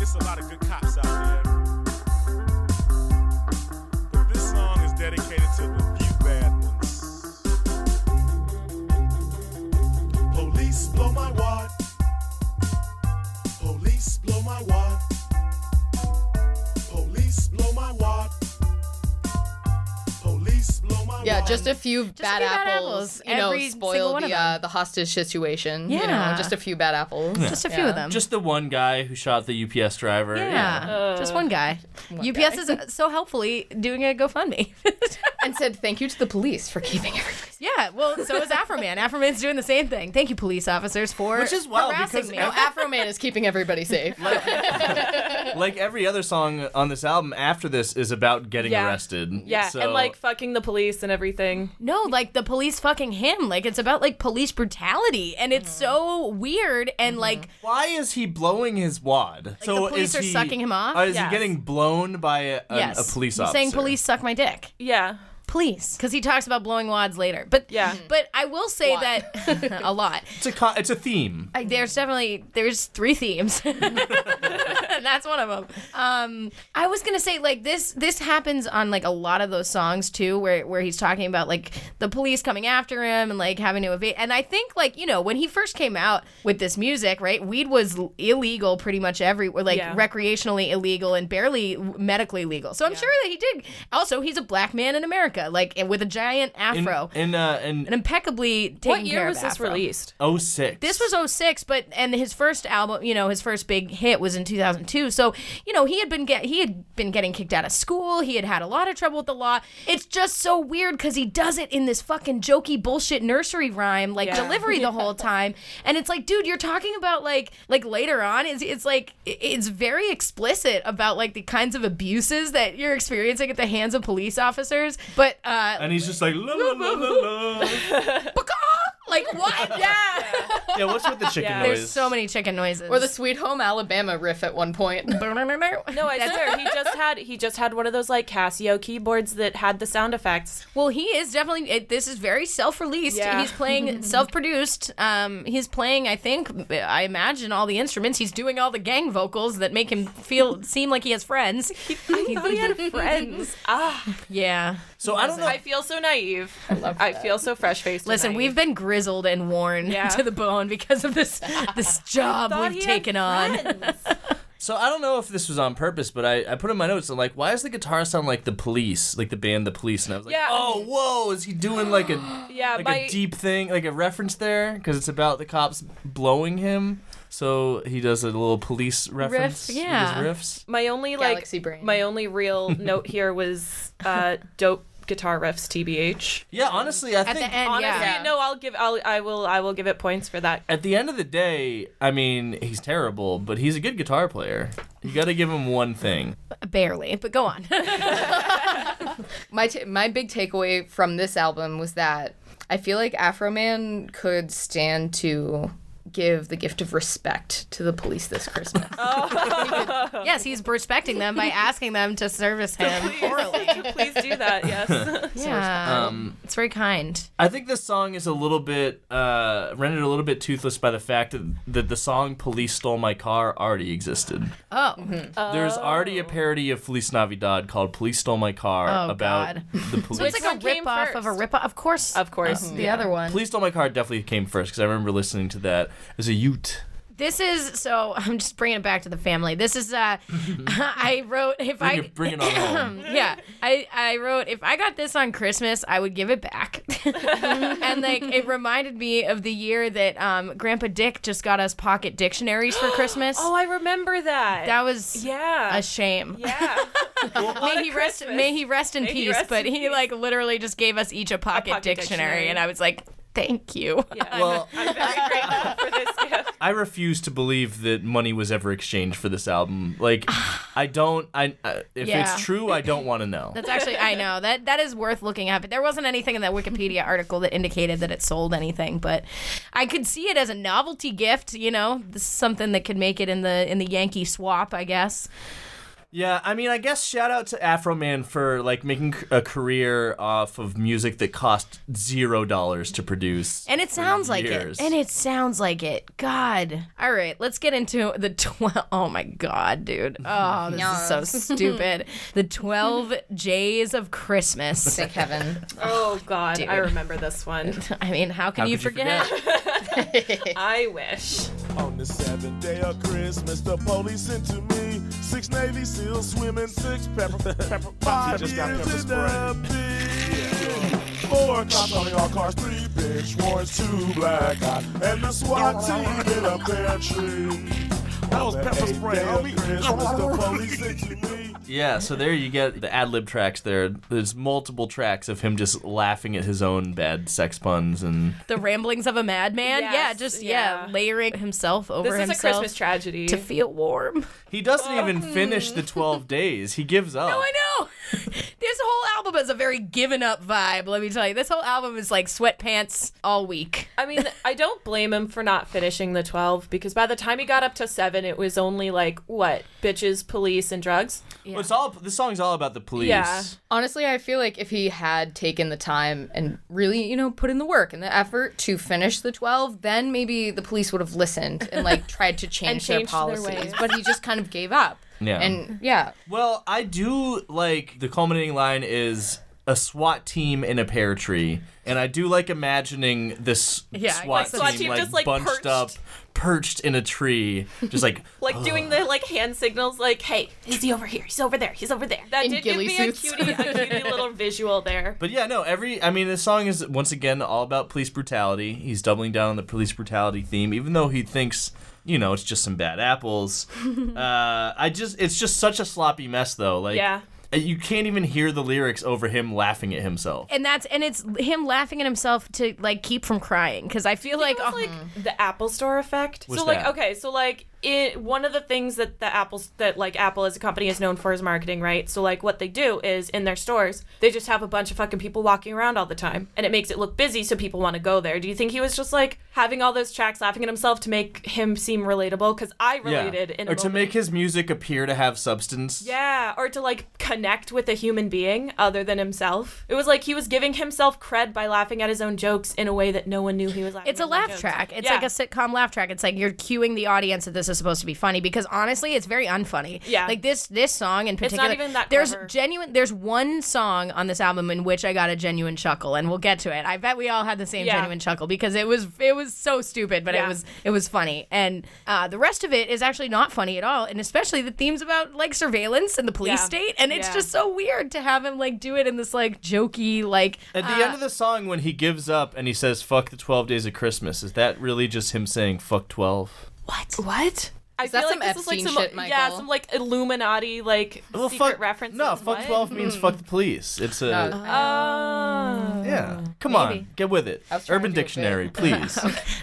S7: It's a lot of good cops out there. But this song is dedicated to the few bad ones. Police blow my wad. Police blow my wad. Police blow my wad. Police blow my
S4: Yeah,
S7: wad.
S4: just a few bad
S2: a few bad
S4: apples,
S2: apples.
S4: you know,
S2: Every single
S4: spoil
S2: one
S4: the
S2: of
S4: uh,
S2: them.
S4: the hostage situation. you know,
S2: Yeah.
S4: just a few bad apples.
S2: Just a few
S4: Yeah.
S2: of them.
S1: Just the one guy who shot the UPS driver.
S2: yeah. just one guy. UPS is uh, so helpfully doing a GoFundMe. *laughs*
S4: and said thank you to the police for keeping everything.
S2: yeah, well, so is Afroman. Afroman's doing the same thing. Thank you, police officers, for
S1: Which is wild
S2: harassing
S1: because
S2: me.
S4: No, Afro Man is keeping everybody safe.
S1: Like every other song on this album after this is about getting
S3: Yeah.
S1: arrested.
S3: yeah,
S1: So-
S3: and like fucking the police and everything.
S2: *laughs* No, like the police fucking him. Like it's about like police brutality, and it's so weird and
S4: Mm-hmm.
S2: like
S1: why is he blowing his wad?
S2: the police are sucking him off?
S1: Uh, is
S3: Yes.
S1: he getting blown by a, an-
S2: yes,
S1: a police
S2: He's
S1: officer?
S2: saying police suck my dick,
S3: Yeah.
S2: please, because he talks about blowing wads later. But
S3: Yeah.
S2: but I will say that *laughs* a lot.
S1: It's a co- it's a theme.
S2: I, there's definitely there's three themes. *laughs* and that's one of them. Um, I was gonna say like this this happens on like a lot of those songs too, where where he's talking about like the police coming after him and like having to evade. And I think like you know when he first came out with this music, right? Weed was l- illegal pretty much everywhere, like
S3: Yeah.
S2: recreational recreationally illegal and barely w- medically legal. So I'm sure that he did. Also, he's a black man in America, like and with a giant
S1: In
S2: afro,
S1: in uh,
S2: an
S1: in
S2: impeccably taken
S3: What year
S2: care of
S3: was this
S2: afro.
S3: released?
S1: 06.
S2: This was 06, but and his first album, you know, his first big hit was in 2002. So, you know, he had been get he had been getting kicked out of school. He had had a lot of trouble with the law. It's just so weird cuz he does it in this fucking jokey bullshit nursery rhyme like
S3: Yeah.
S2: delivery the whole time. And it's like, dude, you're talking about like like later on is it's like i- it's very explicit about like the kinds of abuses that you're experiencing at the hands of police officers. But uh
S1: and he's just like la la la la
S2: *laughs*
S1: la.
S2: like what? yeah.
S1: yeah, what's with the chicken
S3: Yeah.
S1: noise?
S2: There's so many chicken noises.
S4: or the Sweet Home Alabama riff at one point.
S2: *laughs*
S3: No, I swear he just had he just had one of those like Casio keyboards that had the sound effects.
S2: Well, he is definitely. It, this is very self-released.
S3: Yeah.
S2: He's
S3: *laughs*
S2: playing self-produced. Um, he's playing. I think. I imagine all the instruments. He's doing all the gang vocals that make him
S3: *laughs*
S2: feel seem like he has friends.
S3: I thought he had friends. Ah,
S2: *laughs* Yeah.
S1: so I don't know.
S3: I feel so naive. I, feel so fresh faced.
S2: Listen, we've been grizzled and worn
S3: Yeah.
S2: *laughs* to the bone because of this
S3: *laughs*
S2: this job we've taken on. *laughs*
S1: So I don't know if this was on purpose, but I, I put in my notes and like, why does the guitar sound like the police, like the band The Police? And I was like,
S3: Yeah.
S1: oh, whoa, is he doing like a
S3: Yeah,
S1: like
S3: my-
S1: a deep thing, like a reference there? Because it's about the cops blowing him, so he does a little police reference. with his
S2: yeah.
S1: riffs.
S3: my only
S4: Galaxy
S3: like
S4: brain.
S3: my only real note here was uh, dope guitar riffs. Tbh.
S1: Yeah, honestly, I
S2: At
S1: think
S2: the end,
S3: Honestly,
S2: yeah.
S3: no. I'll give. I'll. I will. I will give it points for that.
S1: at the end of the day, I mean, he's terrible, but he's a good guitar player. You got to give him one thing.
S2: Barely, but
S3: *laughs*
S2: go on.
S4: my ta my big takeaway from this album was that I feel like Afro Man could stand to give the gift of respect to the police this
S2: *laughs*
S4: Christmas.
S3: Oh,
S2: yes, he's respecting them
S3: *laughs*
S2: by asking them to service him.
S3: Please, please do that. Yes.
S2: Yeah.
S1: Um,
S2: it's very kind.
S1: I think this song is a little bit uh, rendered a little bit toothless by the fact that, that the song "Police Stole My Car" already existed.
S2: Oh.
S1: There's already a parody of Feliz Navidad called "Police Stole My Car"
S2: Oh,
S1: about
S2: God.
S1: *laughs* the police.
S2: It's like a
S3: one came
S2: rip-off of a
S3: first?
S2: rip-off. Of course.
S3: of course.
S2: the other one.
S1: "Police Stole My Car" definitely came first because I remember listening to that as a Ute.
S2: This is so. *laughs* I'm just bringing it back to the family. This is. Uh, *laughs* I wrote if
S1: Bring
S2: I
S1: it- bring it on home.
S2: *laughs* yeah, I I wrote if I got this on Christmas, I would give it back. *laughs* and like it reminded me of the year that um, Grandpa Dick just got us pocket dictionaries
S3: *gasps*
S2: for Christmas.
S3: Oh, I remember that.
S2: that was
S3: yeah.
S2: a shame.
S3: yeah.
S2: May he rest. May he rest in
S3: May he
S2: peace.
S3: rest
S2: but
S3: in
S2: he like literally just gave us each a pocket,
S3: pocket
S2: dictionary,
S3: dictionary.
S2: and I was like, thank you.
S3: Yeah,
S1: Well-
S3: I'm, I'm very grateful for this gift.
S1: I refuse to believe that money was ever exchanged for this album. Like,
S2: *sighs*
S1: I don't. I uh, if
S2: Yeah.
S1: it's true, I don't want to know.
S2: That's actually I know that that is worth looking at. But there wasn't anything in that Wikipedia article that indicated that it sold anything. But I could see it as a novelty gift. You know, this is something that could make it in the in the Yankee swap, I guess.
S1: Yeah, I mean, I guess shout out to Afro Man for like making c- a career off of music that cost zero dollars to produce.
S2: And it sounds like
S1: years.
S2: it. And it sounds like it. God. All right, let's get into the twelve. *laughs* Oh my God, dude. Oh, this is so stupid. The twelve J's of Christmas.
S4: Thank heaven.
S3: Oh God, I remember this one.
S2: I mean, how can
S1: How
S2: you
S1: could you
S2: forget?
S3: I wish.
S7: On the seventh day of Christmas, the police sent to me six Navy SEAls swimming, six *laughs* pepper, pepper, five just got pepper spray. Four cops on all cars, three bitch warrants, two black eyed, and the SWAT team in a pear tree. That was pepper spray, homie. Christmas, *laughs* the police sent to me.
S1: Yeah, so there you get the ad lib tracks. There, there's multiple tracks of him just laughing at his own bad sex puns and.
S2: the ramblings of a madman.
S3: Yes,
S2: yeah, just yeah.
S3: yeah.
S2: layering himself over
S3: This is a
S2: himself
S3: Christmas tragedy.
S2: to feel *laughs* warm.
S1: He doesn't even finish
S2: *laughs*
S1: the 12 days. He gives up.
S2: I know. *laughs* this whole album is a very given up vibe. Let me tell you, this whole album is like sweatpants all week.
S3: I mean, I don't blame him for not finishing the 12 because by the time he got up to 7, it was only like, what? Bitches, police, and drugs?
S1: Well, it's all this song's all about the police.
S3: Yeah.
S4: Honestly, I feel like if he had taken the time and really, you know, put in the work and the effort to finish the 12, then maybe the police would have listened and like tried to change their
S3: changed their
S4: policies.
S3: ways.
S4: but he just kind of gave up.
S1: Yeah.
S4: And yeah,
S1: Well, I do like the culminating line is a SWAT team in a pear tree, and I do like imagining this
S2: Yeah,
S1: SWAT,
S2: like
S1: team,
S2: SWAT
S3: team
S1: like
S3: just, like,
S1: bunched
S3: perched.
S1: up, perched in a tree,
S3: *laughs*
S1: just like
S3: Like doing the like hand signals, like, hey, is he over here? He's over there. He's over there. That
S4: In
S3: did
S4: ghillie
S3: give me
S4: suits.
S3: a cutie, a
S4: *laughs*
S3: cutie little visual there.
S1: But yeah, no, every I mean this song is once again all about police brutality. He's doubling down on the police brutality theme, even though he thinks, you know, it's just some
S3: *laughs*
S1: bad apples. uh, I just it's just such a sloppy mess though. Like uh,
S3: Yeah.
S1: you can't even hear the lyrics over him laughing at himself.
S2: And that's and it's him laughing at himself to like keep from crying because I feel like,
S3: It was
S2: oh,
S3: like the Apple Store effect.
S1: What's
S3: so like
S1: that?
S3: okay, so like it one of the things that the Apple's that like Apple as a company is known for is marketing, right? So like what they do is in their stores, they just have a bunch of fucking people walking around all the time and it makes it look busy so people want to go there. Do you think he was just like having all those tracks laughing at himself to make him seem relatable cuz I related in a
S1: or to
S3: moment.
S1: make his music appear to have substance.
S3: yeah, or to like connect with a human being other than himself. It was like he was giving himself cred by laughing at his own jokes in a way that no one knew he was laughing.
S2: It's a
S3: at his own
S2: laugh
S3: jokes.
S2: track. It's
S3: Yeah.
S2: like a sitcom laugh track. It's like you're cueing the audience that this is supposed to be funny because honestly, it's very unfunny.
S3: Yeah.
S2: Like this this song in particular.
S3: even that
S2: There's
S3: clever.
S2: genuine. There's one song on this album in which I got a genuine chuckle, and we'll get to it. I bet we all had the same
S3: Yeah.
S2: genuine chuckle because it was it was so stupid, but it
S3: Yeah.
S2: was it was funny. And uh, the rest of it is actually not funny at all, and especially the themes about like surveillance and the police
S3: Yeah.
S2: state, and it's
S3: Yeah.
S2: just so weird to have him like do it in this like jokey like.
S1: At the
S3: Uh,
S1: end of the song, when he gives up and he says "fuck the twelve days of Christmas," is that really just him saying "fuck 12?
S3: What? I
S4: that
S3: feel
S4: some
S3: like this is like
S4: Epstein
S3: some
S4: shit,
S3: yeah,
S4: Michael?
S3: some like Illuminati like
S1: Well,
S3: secret
S1: fuck
S3: reference.
S1: No, fuck twelve means fuck the police. It's a
S4: uh,
S1: Yeah. Come on, get with it.
S4: trying
S1: Urban
S4: to do a
S1: Dictionary,
S4: bit.
S1: please.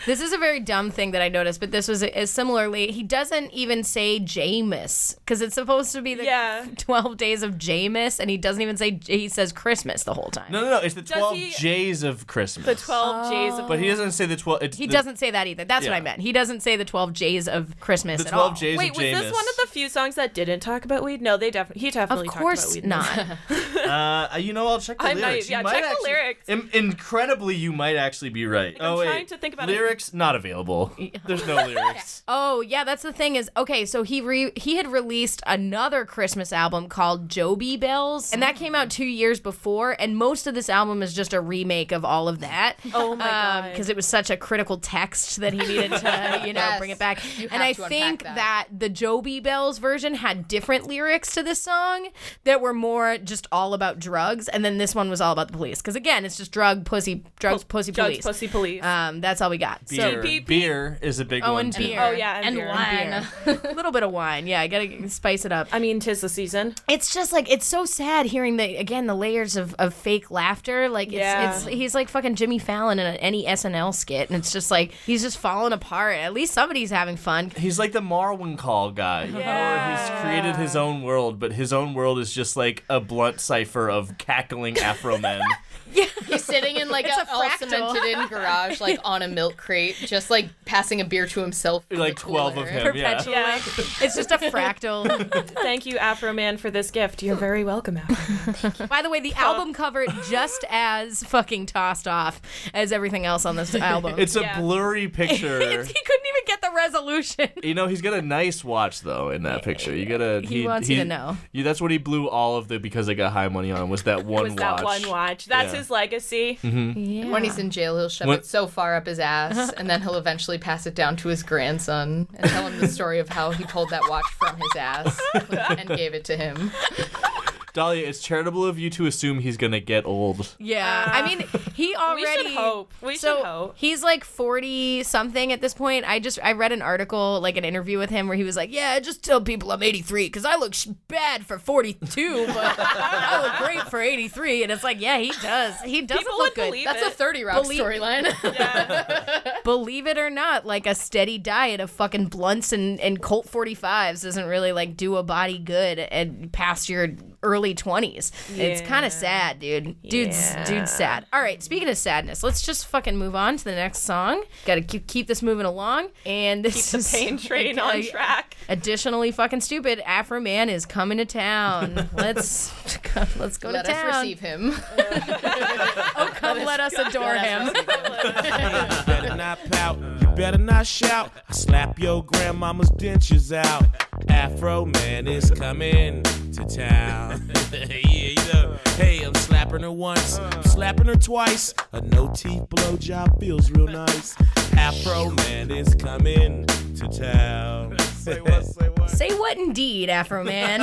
S2: This is a very dumb thing that I noticed, but this was is similarly. He doesn't even say Jameis because it's supposed to be the
S3: Yeah.
S2: *laughs* twelve days of Jameis, and he doesn't even say. He says Christmas the whole time.
S1: no, no, no. It's the twelve
S3: he-
S1: J's of Christmas.
S3: the
S2: Oh.
S3: twelve J's of
S1: But he doesn't say the twelve. It's
S2: He
S1: the,
S2: doesn't say that either. That's what
S1: Yeah.
S2: I meant. He doesn't say the 12 J's of Christmas.
S1: The the
S2: at
S1: 12
S2: all.
S1: J's
S3: Wait,
S1: of
S3: was
S1: Jameis.
S3: this one of the few songs that didn't talk about weed? No, they definitely he
S2: Of
S3: definitely
S2: course
S3: talked about weed. in this. *laughs*
S2: not.
S1: Uh, you know, I'll check the
S3: I might-
S1: lyrics. You
S3: e- yeah,
S1: might
S3: check the
S1: actually-
S3: lyrics.
S1: Im- incredibly, you might actually be right.
S3: I'm
S1: oh wait,
S3: trying to think about it.
S1: lyrics not available.
S2: *laughs*
S1: There's no
S3: *laughs*
S1: lyrics.
S2: Oh yeah, that's the thing is okay. So he re- he had released another Christmas album called Joby Bells, and that came out two years before. And most of this album is just a remake of all of that.
S3: *laughs* Oh my God.
S2: Because it was such a critical text that he needed to
S3: *laughs*
S2: you know
S4: Yes.
S2: bring it back.
S4: You
S2: and
S4: have
S2: I
S4: to unpack
S2: think
S4: that.
S2: the Joby Bells version had different lyrics to this song that were more just all about drugs, and then this one was all about the police. Because again, it's just drug pussy drugs pussy
S3: Drugs,
S2: police.
S3: pussy police.
S2: Um, that's all we got. So
S1: Beer,
S3: PP.
S1: beer is a big
S2: Oh,
S1: one.
S2: and
S1: too.
S2: beer.
S3: Oh yeah, and,
S4: And
S3: beer.
S4: wine.
S2: a *laughs* little bit of wine. Yeah, I gotta spice it up.
S3: I mean, tis the
S2: *laughs*
S3: season.
S2: It's just like it's so sad hearing the again the layers of, of fake laughter. Like it's,
S3: Yeah.
S2: it's he's like fucking Jimmy Fallon in a, any SNL skit, and it's just like he's just falling apart. At least somebody's having fun.
S1: He's like the Marwin Call guy, you know, where he's created his own world, but his own world is just like a blunt cipher of
S3: *laughs*
S1: cackling Afro men.
S4: He's sitting in like
S2: It's
S4: a,
S2: a
S4: all
S2: fractal.
S4: cemented in garage, like on a milk crate, just like passing a beer to himself. in
S1: like
S4: the
S1: twelve of
S4: cooler.
S1: him. Yeah.
S2: Perpetual. It's just a *laughs* fractal.
S3: Thank you, Afro Man, for this gift. You're very welcome, Afro. Man.
S2: By the way, the album cover just as fucking tossed off as everything else on *laughs* this album.
S1: It's a
S3: Yeah. *laughs*
S1: blurry picture.
S2: It's- he couldn't even get the resolution.
S1: You know, he's got a nice watch though in that picture. You gotta.
S2: He wants you to know.
S1: Yeah, that's what he blew all of the because I got high money on
S2: *laughs*
S1: was that one
S3: Was
S1: watch.
S3: that one watch? That's
S1: Yeah.
S3: his legacy.
S2: Yeah.
S4: When he's in jail, he'll shove
S1: When-
S4: it so far up his ass, and then he'll eventually pass it down to his grandson and tell him the story of how he pulled that watch from his ass and gave it to him.
S1: Dahlia, it's charitable of you to assume he's gonna get old.
S2: Yeah, I mean, he
S3: *laughs* We
S2: already.
S3: should hope. We
S2: so
S3: should hope.
S2: he's like forty something at this point. I just I read an article, like an interview with him, where he was like, "Yeah, just tell people I'm 83 because I look sh- bad for 42, but *laughs* I look great for 83." And it's like, yeah, he does. He doesn't
S3: People
S2: look
S3: would
S2: good.
S3: believe
S4: That's a
S3: it.
S4: 30 Rock
S2: Believe-
S4: storyline.
S2: believe it or not, like a steady diet of fucking blunts and, and Colt 45s doesn't really like do a body good and past your early 20s. It's kind of sad, dude. Dude's dude's sad. All right, speaking of sadness, let's just fucking move on to the next song. Got to keep keep this moving along and this
S3: the
S2: is
S3: *laughs*
S2: *laughs*
S3: pain train
S2: I-
S3: on track.
S2: Additionally, fucking stupid. Afro Man is coming to town. Let's *laughs* let's go
S4: Let
S2: to
S4: us
S2: town.
S4: receive him.
S2: Oh, come, let us adore him.
S7: better not pout. You better not shout. I slap your grandmama's dentures out. Afro man is coming to town. *laughs* yeah, you know. Hey, I'm slapping her once. I'm slapping her twice. A no teeth blowjob feels real nice. Afro man is coming to town. say what? Say what?
S2: Say what indeed, Afro Man.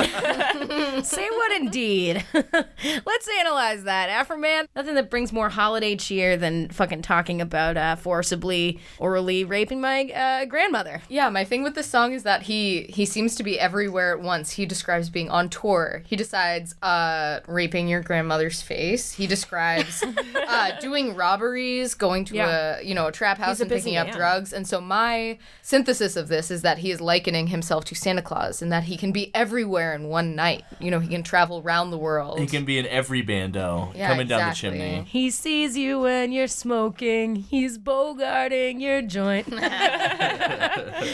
S2: say what indeed. *laughs* Let's analyze that, Afro Man. Nothing that brings more holiday cheer than fucking talking about uh, forcibly orally raping my uh, grandmother.
S4: *laughs* Yeah, my thing with this song is that he he seems to be everywhere at once. He describes being on tour. He decides uh raping your grandmother's face. He describes uh doing robberies, going to
S2: Yeah.
S4: a you know, a trap house
S3: a
S4: and picking
S3: busy
S4: up
S3: man.
S4: drugs. And so my synthesis of this is that he is likening himself to Santa Claus and that he can be everywhere in one night. You know, he can travel around the world.
S1: He can be in every bando
S4: Yeah,
S1: coming down the
S4: exactly.
S1: chimney.
S2: He sees you when you're smoking. He's bogarting your joint.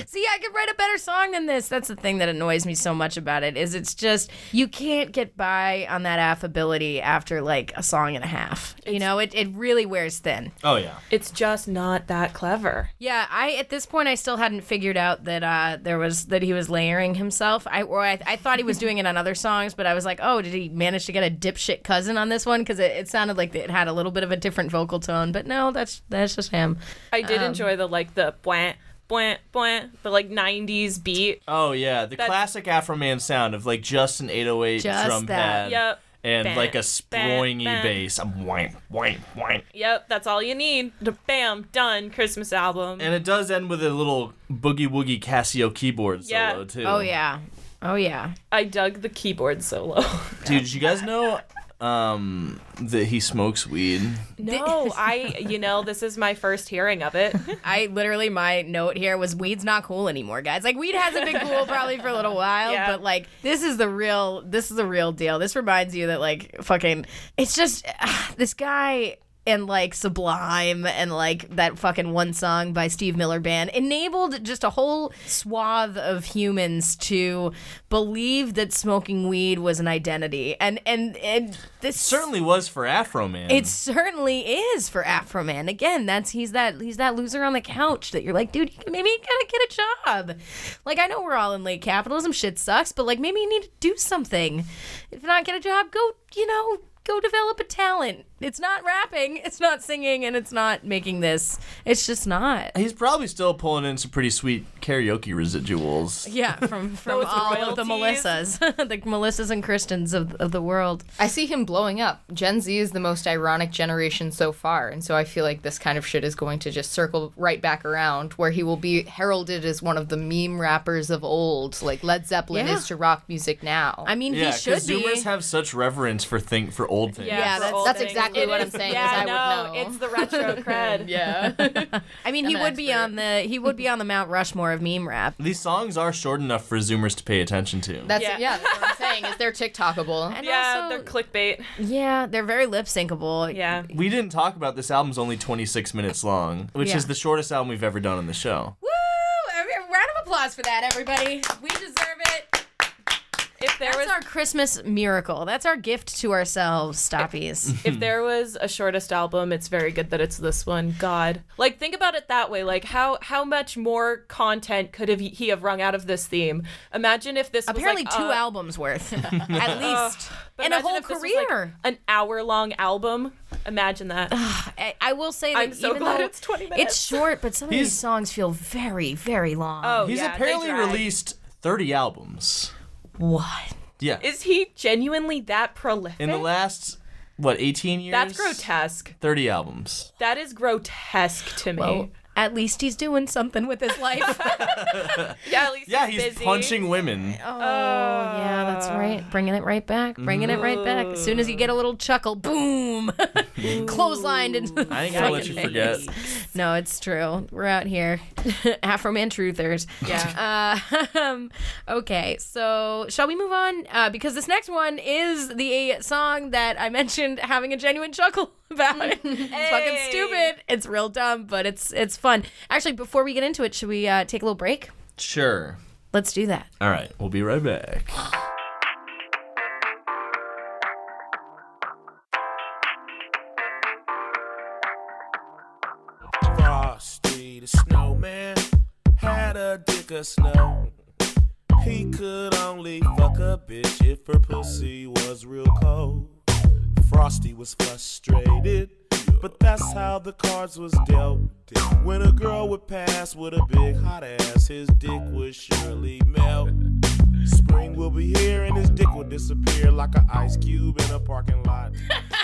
S2: See, I could write a better song than this. That's the thing that annoys me so much about it is it's just you can't get by on that affability after like a song and a half. you know, it, it really wears thin.
S1: Oh yeah.
S3: It's just not that clever.
S2: Yeah, I at this point I still hadn't figured out that uh, there was that he was layering himself. I or I, I thought he was doing it on other songs, but I was like, oh, did he manage to get a dipshit cousin on this one? Because it, it sounded like it had a little bit of a different vocal tone. But no, that's that's just him.
S3: I did enjoy the like the bwah, bwah, bwah, the like 90s beat.
S1: Oh yeah. The
S3: That's-
S1: classic Afro Man sound of like just an 808
S2: Just
S1: drum
S2: that.
S1: pad.
S3: Yep.
S1: And
S3: Bam,
S1: like a
S3: bam,
S1: springy
S3: bam.
S1: bass. I'm wham, wham, wham.
S3: Yep, that's all you need. Bam, done. Christmas album.
S1: And it does end with a little boogie woogie Casio keyboard
S3: Yeah.
S1: solo too.
S2: Oh yeah, oh yeah.
S3: I dug the keyboard solo. *laughs*
S1: Dude, did you guys know um that he smokes weed?
S3: No, I,
S4: *laughs*
S3: you know, this is my first hearing of *laughs* it.
S2: I literally my note here was weed's not cool anymore, guys. Like weed hasn't been cool probably for a little while,
S3: Yeah.
S2: but like this is the real *sighs* this is the real deal. This reminds you that like fucking it's just ah, this guy and like Sublime and like that fucking one song by Steve Miller Band enabled just a whole swath of humans to believe that smoking weed was an identity. And and, and this
S1: certainly was for Afro Man.
S2: it certainly is for Afro Man. Again, that's he's that he's that loser on the couch that you're like, dude, you can, maybe you gotta get a job. Like I know we're all in late capitalism, shit sucks, but like maybe you need to do something. If not get a job, go you know go develop a talent. It's not rapping, it's not singing, and it's not making this. It's just not.
S1: He's probably still pulling in some pretty sweet karaoke residuals.
S3: *laughs*
S2: Yeah, from from
S3: Those
S2: all of the
S3: royalties.
S2: Melissas, *laughs* the Melissas and Kristens of of the world.
S4: I see him blowing up. Gen Z is the most ironic generation so far, and so I feel like this kind of shit is going to just circle right back around where he will be heralded as one of the meme rappers of old, like Led Zeppelin
S2: Yeah.
S4: is to rock music now.
S2: I mean,
S1: Yeah,
S2: he should
S1: because
S2: be.
S1: Zoomers have such reverence for thing for old things.
S2: Yeah,
S3: for
S2: that's-
S3: old
S4: that's
S3: things.
S4: exactly
S3: It
S4: what I'm
S3: is-
S4: saying,
S3: Yeah,
S4: 'cause I
S3: no,
S4: would know.
S3: it's the
S4: *laughs*
S3: retro cred.
S4: yeah.
S2: I mean, he
S4: an
S2: would be
S4: expert.
S2: on the he would be on the Mount Rushmore of meme rap.
S1: These songs are short enough for Zoomers to pay attention to.
S4: That's yeah.
S3: Yeah.
S4: that's what I'm saying. Is they're TikTokable.
S2: And
S3: Yeah,
S2: also-
S3: they're clickbait.
S2: yeah, they're very lip syncable.
S3: Yeah.
S1: we didn't talk about this album's only 26 minutes long, which
S2: Yeah.
S1: is the shortest album we've ever done on the show.
S2: Woo! Every, round of applause for that, everybody. We deserve it.
S3: If there
S2: That's
S3: was
S2: our Christmas miracle. That's our gift to ourselves, Stoppies.
S3: if there was a shortest album, it's very good that it's this one. God, like think about it that way. Like how how much more content could have he have wrung out of this theme? Imagine if this
S2: Apparently,
S3: was like,
S2: two
S3: uh, *laughs*
S2: albums worth, at least,
S3: but
S2: and a
S3: imagine
S2: whole
S3: if this was, like,
S2: career.
S3: an hour long album. Imagine that.
S2: I, I will say that
S3: I'm so
S2: even
S3: glad
S2: though
S3: it's 20 minutes.
S2: it's short, but some of
S1: He's-
S2: these songs feel very, very long.
S3: oh,
S1: He's
S3: yeah, they
S1: apparently
S3: drag.
S1: released 30 albums.
S2: what?
S1: Yeah.
S3: Is he genuinely that prolific?
S1: In the last, what, 18 years?
S3: That's grotesque.
S1: 30 albums.
S3: That is grotesque to me.
S2: Well, at least he's doing something with his life.
S3: yeah, at least
S1: Yeah, he's
S3: busy.
S1: punching women.
S2: Oh, yeah, that's right. Bringing it right back. Bringing it right back. As soon as you get a little chuckle, boom, *laughs* clotheslined into the
S1: I ain't gonna let
S2: fucking
S1: you forget.
S2: face. *laughs* No, it's true. We're out here, *laughs* Afro man truthers. Yeah. Uh, *laughs* um, okay, so shall we move on? Uh, because this next one is the song that I mentioned having a genuine chuckle *laughs* about. it's fucking stupid. It's real dumb, but it's it's fun. Actually, before we get into it, should we uh, take a little break?
S1: Sure.
S2: Let's do that.
S1: All right, we'll be right back.
S8: Frosty the snowman had a dick of snow. He could only fuck a bitch if her pussy was real cold. Frosty was frustrated, but that's how the cards was dealt. When a girl would pass with a big hot ass, his dick would surely melt. Spring will be here and his dick will disappear like an ice cube in a parking lot.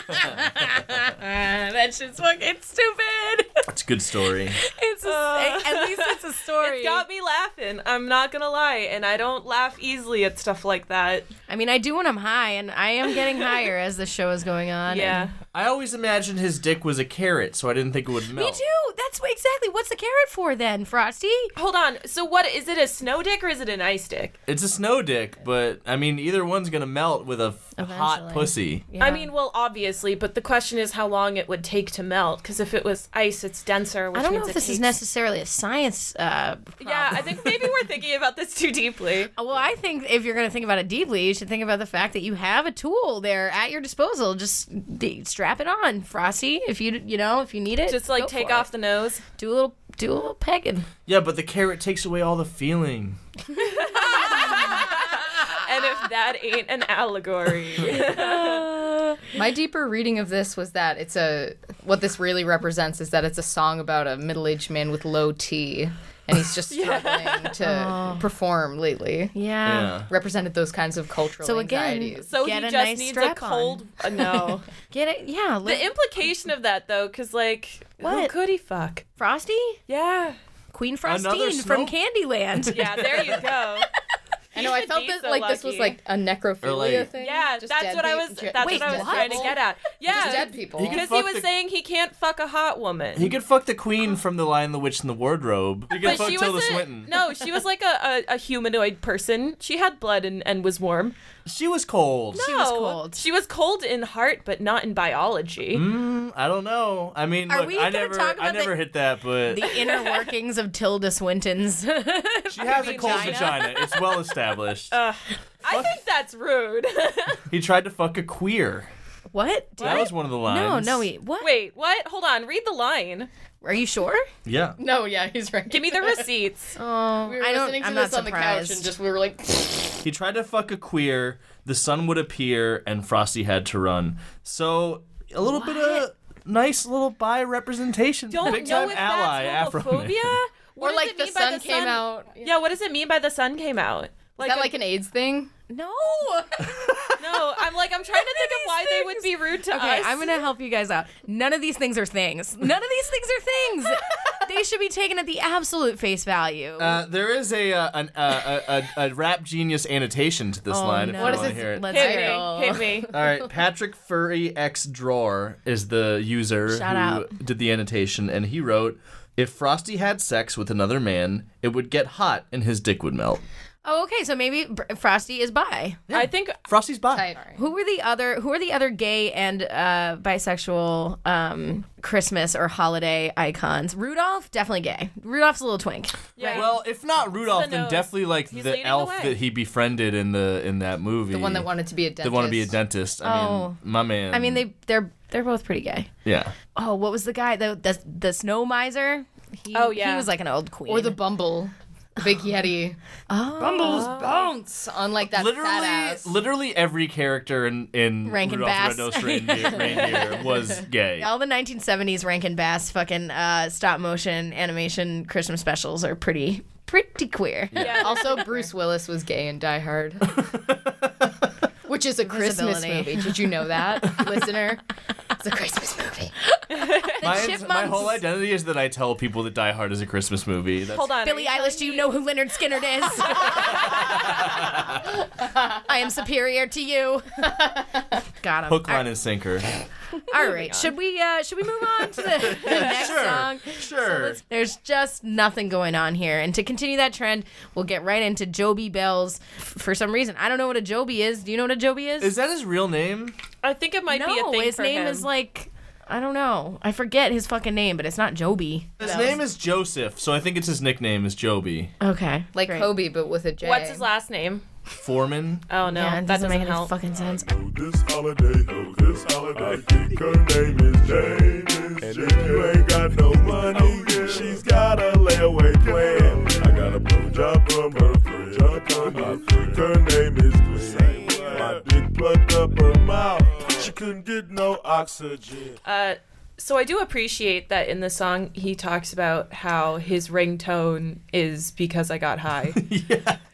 S2: Ah, that shit's fucking stupid.
S1: That's a good story.
S2: It's a, at least
S3: *laughs*
S2: it's a story.
S3: It Uh, got me laughing. I'm not gonna lie, and I don't laugh easily at stuff like that.
S2: I mean, I do when I'm high, and I
S3: *laughs*
S2: am getting higher as the show is going on.
S3: Yeah.
S1: I always imagined his dick was a carrot, so I didn't think it would melt.
S2: Me too. That's what, exactly what's the carrot for then, Frosty?
S3: Hold on. So what is it? A snow dick or is it an ice dick?
S1: It's a snow dick, but I mean, either one's gonna melt with a f- hot
S2: Eventually.
S1: pussy.
S2: Yeah.
S3: I mean, well, obviously, but the question is how long it would take to melt. Because if it was ice, it's denser. Which
S2: I don't know
S3: means
S2: if
S3: it
S2: this is
S3: takes-
S2: necessarily a science. Uh, problem.
S3: Yeah, I think maybe we're thinking about this too
S2: *laughs*
S3: deeply.
S2: Uh, Well, I think if you're going to think about it deeply, you should think about the fact that you have a tool there at your disposal. Just d- strap it on, Frosty. If you you know if you need it,
S3: Just like
S2: go
S3: take
S2: for
S3: off
S2: it.
S3: the nose.
S2: do a little do a little pegging.
S1: Yeah, but the carrot takes away all the feeling.
S3: And
S2: *laughs*
S3: if that ain't an allegory.
S4: My deeper reading of this was that it's a what this really represents is that it's a song about a middle-aged man with low T, and he's
S2: *laughs*
S4: just struggling to perform lately.
S2: Yeah.
S1: Yeah.
S4: Represented those kinds of cultural
S2: So again,
S4: anxieties.
S3: so
S2: Get
S3: he
S2: a
S3: just
S2: nice
S3: needs a
S2: strap on.
S3: cold. Uh,
S2: *laughs*
S3: no.
S2: Get it? Yeah. Look,
S3: the implication of that, though, because, like, who
S2: What?
S3: could he fuck?
S2: Frosty?
S3: Yeah.
S2: Queen
S1: Another
S2: Frostine from
S1: snow- *laughs*
S2: Candyland. *laughs*
S3: Yeah, there you go.
S4: I know. I felt
S3: be
S4: that
S3: so
S4: like this was
S3: lucky.
S4: like a necrophilia
S9: like-
S4: thing.
S3: Yeah,
S4: Just
S3: that's
S4: dead
S3: what I
S4: pe-
S3: was.
S4: ju-
S3: That's
S4: Wait,
S3: what I was
S4: what?
S3: trying to get at. Yeah,
S4: dead people.
S1: He can
S3: Because he
S1: fuck
S3: was
S1: the-
S3: saying he can't fuck a hot woman.
S1: He could fuck the queen from The Lion, the Witch, and the Wardrobe. He could
S3: but
S1: fuck
S3: she
S1: Tilda
S3: was a,
S1: Swinton.
S3: no, she was like a, a, a humanoid person. She had blood and, and was warm.
S1: She was cold.
S3: No,
S2: She was cold.
S3: She was cold in heart, but not in biology.
S1: Mm, I don't know. I mean,
S2: Are
S1: look,
S2: we
S1: I
S2: gonna
S1: never,
S2: talk
S1: I
S2: about
S1: never
S2: the-
S1: hit that, but
S2: The inner workings of Tilda Swinton's. *laughs*
S1: she has a cold
S3: vagina?
S1: vagina. It's well established.
S3: I think that's rude. *laughs*
S1: he tried to fuck a queer.
S2: what?
S1: That was one of the
S2: No,
S1: lines.
S2: no, wait. What?
S3: Wait, what? Hold on. Read the line.
S2: Are you sure?
S1: Yeah.
S4: No, yeah, he's right.
S3: Give me
S2: *laughs*
S3: the receipts.
S2: Oh,
S4: We were
S2: I don't.
S4: listening to
S2: I'm
S4: this
S2: not
S4: on the couch and
S2: surprised.
S4: just we were like,
S1: He tried to fuck a queer. The sun would appear, and Frosty had to run. So a little bit of nice little bi representation.
S3: Don't
S1: Big
S3: know
S1: time
S3: if
S1: ally
S3: that's
S1: Afro.
S3: homophobia. What
S4: or
S3: does
S4: like
S3: it
S4: the
S3: mean by
S4: sun came out. Is
S3: Yeah, what does it mean by the sun came out? Like
S4: that
S3: a-
S4: like an AIDS thing?
S2: no.
S3: *laughs* no, I'm like I'm
S2: *laughs*
S3: trying to think of why they would be rude to
S2: Okay,
S3: us.
S2: I'm gonna help you guys out. None of these things are things. None of these things are things. they should be taken at the absolute face value.
S1: Uh, there is a uh, an, uh, a, a a rap genius annotation to this
S2: Oh,
S1: line.
S2: no.
S1: If
S2: What
S1: you
S2: is
S1: want
S2: it?
S1: to hear it.
S2: Let's-
S3: hit
S2: Zero.
S3: me, hit
S1: *laughs*
S3: me.
S2: *laughs*
S1: All right, Patrick Furry X Drawer is the user
S2: Shout
S1: who
S2: out.
S1: did the annotation, and he wrote, "If Frosty had sex with another man, it would get hot and his dick would melt."
S2: oh, okay. So maybe Br- Frosty is bi.
S3: I think
S1: Frosty's bi.
S2: Who were the other? Who are the other gay and uh, bisexual um, Christmas or holiday icons? Rudolph, definitely gay. Rudolph's a little twink.
S3: yeah.
S1: Well, if not Rudolph,
S3: the
S1: then
S3: nose.
S1: definitely like
S3: He's
S1: the
S3: leading the
S1: elf
S3: way.
S1: that he befriended in the in that movie.
S4: The one that wanted to be a dentist.
S1: That wanted to be a dentist. I
S2: Oh.
S1: mean, my man.
S2: I mean, they they're they're both pretty gay.
S1: yeah.
S2: Oh, what was the guy? The the, the snow miser. He,
S3: Oh, yeah.
S2: he was like an old queen.
S4: or the bumble, the big yeti.
S2: oh.
S4: Bumble's bounce on like that fat
S1: Literally,
S4: ass.
S1: literally every character in in
S2: Rankin
S1: Rudolph
S2: Bass.
S1: the Red-Nosed Reindeer, Reindeer was gay.
S2: all the 1970s Rankin Bass fucking uh, stop motion animation Christmas specials are pretty pretty queer.
S4: also, Bruce Willis was gay in Die Hard, which is a Christmas
S2: Visibility.
S4: movie. Did you
S3: *laughs*
S4: know that, listener? It's a Christmas movie.
S1: my, my
S2: Chipmunks.
S1: whole identity is that I tell people that Die Hard is a Christmas movie. That's,
S3: hold on.
S2: Billie
S3: are you
S2: Eilish, do you know who Leonard Skinner is? *laughs* I am superior to you. *laughs* Got him.
S1: Hook, line, and sinker.
S2: All right, should we uh, should we move on
S3: *laughs*
S2: to the, the next
S1: sure,
S2: song?
S1: sure.
S2: There's just nothing going on here, and to continue that trend, we'll get right into Joby Bells. F- For some reason, I don't know what a Joby is. Do you know what a Joby is?
S1: is that his real name?
S3: I think it might
S2: no,
S3: be a thing
S2: his
S3: for
S2: name
S3: him.
S2: is like I don't know. I forget his fucking name, but it's not Joby.
S1: His name is Joseph, so I think it's his nickname is Joby
S2: Okay,
S4: Like
S2: great.
S4: Kobe, but with a J.
S3: What's his last name?
S1: Foreman.
S3: Oh no,
S2: Yeah,
S3: that
S2: it doesn't,
S3: doesn't,
S2: make any
S3: help.
S2: fucking sense.
S7: Oh, this holiday, oh, this holiday. I think her name is Jane. And if you ain't got no money, she's got a layaway plan. I got a blowjob from her friend. I think her name is Gwen. My dick plugged up her mouth. She couldn't get no oxygen.
S3: Uh, so I do appreciate that in the song he talks about how his ringtone is because I got
S2: *laughs*
S3: high.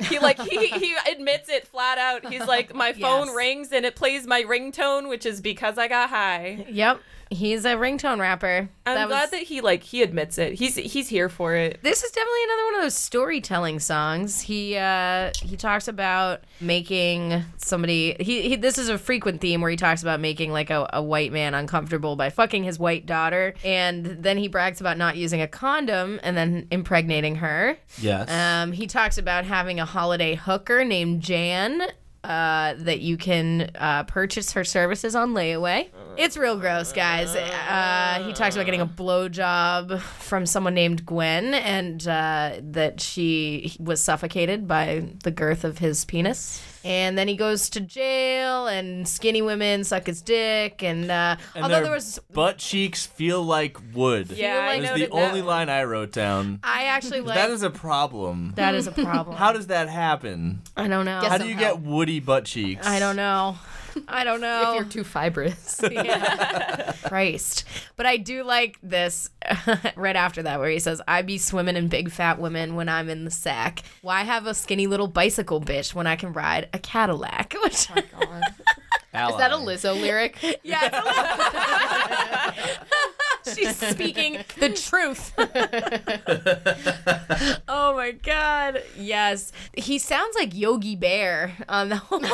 S3: He like he he admits it flat out. He's like
S2: *laughs*
S3: my phone
S2: Yes.
S3: rings and it plays my ringtone which is because I got high.
S2: Yep, he's a ringtone rapper.
S3: I'm
S2: that
S3: glad
S2: was,
S3: that he like he admits it. He's he's here for it.
S2: this is definitely another one of those storytelling songs. He uh, he talks about making somebody. He, he this is a frequent theme where he talks about making like a, a white man uncomfortable by fucking his white daughter, and then he brags about not using a condom and then impregnating her.
S1: Yes.
S2: Um, he talks about having a holiday hooker named Jan. Uh, that you can uh, purchase her services on layaway. It's real gross, guys. Uh, he talks about getting a blowjob from someone named Gwen, and uh, that she was suffocated by the girth of his penis. And then he goes to jail, and skinny women suck his dick. And, uh,
S1: And
S2: although
S1: their
S2: there was,
S1: butt cheeks feel like wood.
S3: Yeah, I
S1: is the
S3: noted that
S1: only
S3: one.
S1: line I wrote down.
S2: I actually like
S1: *laughs* that is a problem.
S2: that is a problem.
S1: *laughs* How does that happen?
S2: I don't know.
S1: How do you
S4: Somehow.
S1: get woody butt cheeks?
S2: I don't know. I don't know.
S4: If
S3: Oh.
S4: you're too fibrous.
S2: *laughs* Christ. But I do like this *laughs* right after that, where he says, I be swimming in big fat women when I'm in the sack. Why have a skinny little bicycle bitch when I can ride a Cadillac? *laughs* Which,
S1: Ally.
S4: Is that a Lizzo lyric?
S2: *laughs* yeah, *laughs* it's a little- she's speaking the truth. *laughs* oh my my god. Yes. He sounds like Yogi Bear on the whole, *laughs*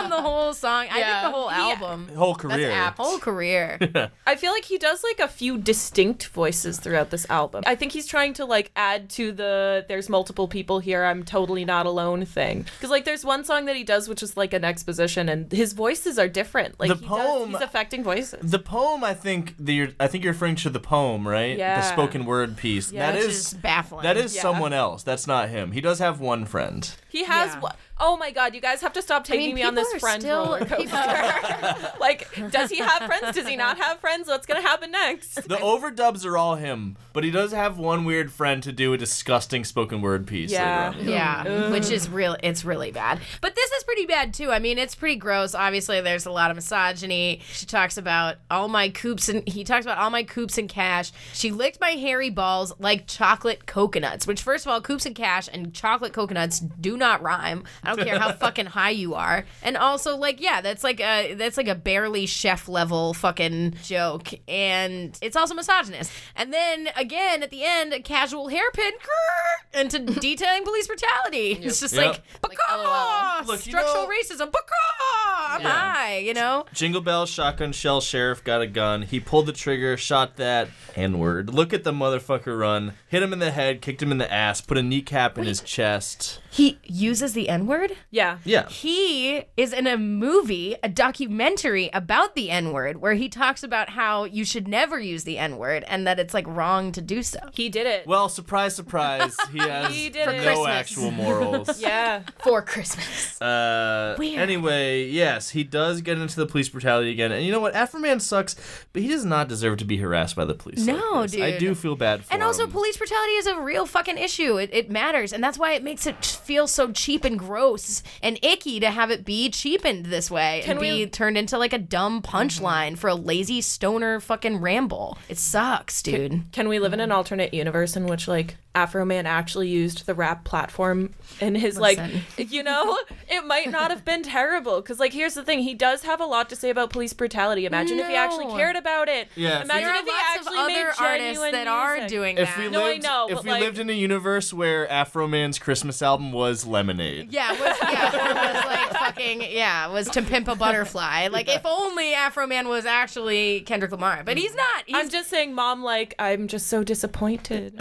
S2: on the whole song. I think the whole album.
S1: Whole career.
S2: Whole career.
S3: I feel like he does like a few distinct voices throughout this album. I think he's trying to like add to the there's multiple people here, I'm totally not alone thing. Because like there's one song that he does which is like an exposition and his voices are different. Like
S1: The
S3: he
S1: poem-
S3: does, he's affecting voices.
S1: The poem, I think that you're, I think you're referring to the poem, right?
S3: Yeah.
S1: The spoken word piece.
S3: Yeah.
S1: that
S2: Which
S1: is
S2: is baffling.
S1: That is
S3: Yeah.
S1: someone else. That's not him. He does have one friend.
S3: He has
S2: Yeah.
S3: wha- Oh my god, you guys have to stop
S2: I
S3: taking
S2: mean,
S3: me
S2: people
S3: on this
S2: are
S3: friend
S2: still
S3: roller coaster.
S2: people are-
S3: *laughs* like, does he have friends? Does he not have friends? What's gonna happen next?
S1: The overdubs are all him, but he does have one weird friend to do a disgusting spoken word piece.
S3: Yeah.
S1: Later on.
S2: Yeah, which is real. It's really bad. But this is pretty bad too. I mean, it's pretty gross. Obviously, there's a lot of misogyny. She talks about all my coops and he talks about all my coops and cash. She licked my hairy balls like chocolate coconuts. Which, first of all, coops and cash and chocolate coconuts do not rhyme. I don't
S1: *laughs*
S2: care how fucking high you are. And also, like, yeah, that's like a that's like a barely chef level fucking joke. And it's also misogynist. And then again, at the end, a casual hairpin grrr,
S1: *laughs*
S2: into detailing police brutality. It's just
S1: Yep.
S2: like, "Bacaw!
S1: Look, you
S2: structural
S1: know-
S2: racism. Bacaw! I'm
S1: Yeah.
S2: high, you know.
S1: Jingle bell, shotgun shell, sheriff got a gun. He pulled the trigger, shot that N word. Look at the motherfucker run. Hit him in the head, kicked him in the ass, put a kneecap in his chest.
S2: He uses the N word.
S3: yeah.
S1: Yeah.
S2: He is in a movie, a documentary about the N word, where he talks about how you should never use the N word and that it's like wrong to do so.
S3: He did it.
S1: Well, surprise, surprise, he
S3: *laughs*
S1: has
S3: He did
S1: no
S3: it.
S2: Christmas.
S1: actual
S3: *laughs*
S1: morals.
S3: yeah.
S2: For
S1: *laughs*
S2: Christmas.
S1: Uh,
S2: Weird.
S1: Anyway, yes, he does get into the police brutality again, and you know what? Afroman sucks, but he does not deserve to be harassed by the police. like
S2: No,
S1: this. I
S2: dude.
S1: do feel bad for
S2: And also,
S1: him.
S2: police brutality is a real fucking issue. It, it matters. And that's why it makes it feel so cheap and gross and icky to have it be cheapened this way and
S3: Can we-
S2: be turned into like a dumb punchline for a lazy stoner fucking ramble. It sucks, dude.
S3: Can we live
S2: Mm.
S3: in an alternate universe in which like Afro Man actually used the rap platform in his
S2: Listen.
S3: like you know it might not have been terrible cuz like here's the thing he does have a lot to say about police brutality imagine if he actually
S2: No.
S3: cared about it
S1: Yeah, if
S3: imagine
S2: there are
S3: if he
S2: lots of
S3: actually made
S2: other artists that
S3: genuine
S2: are
S3: music.
S2: doing
S1: if
S2: that.
S1: we
S3: No, I
S1: lived,
S3: know,
S1: if
S3: but,
S1: we
S3: like-
S1: lived in a universe where Afroman's Christmas album was Lemonade,
S2: yeah, it was, yeah, it was like fucking yeah, it was to pimp
S3: *laughs*
S2: a butterfly. Like if only Afro Man was actually Kendrick Lamar, but he's not. He's
S3: I'm just saying mom like I'm just so
S2: *laughs*
S3: disappointed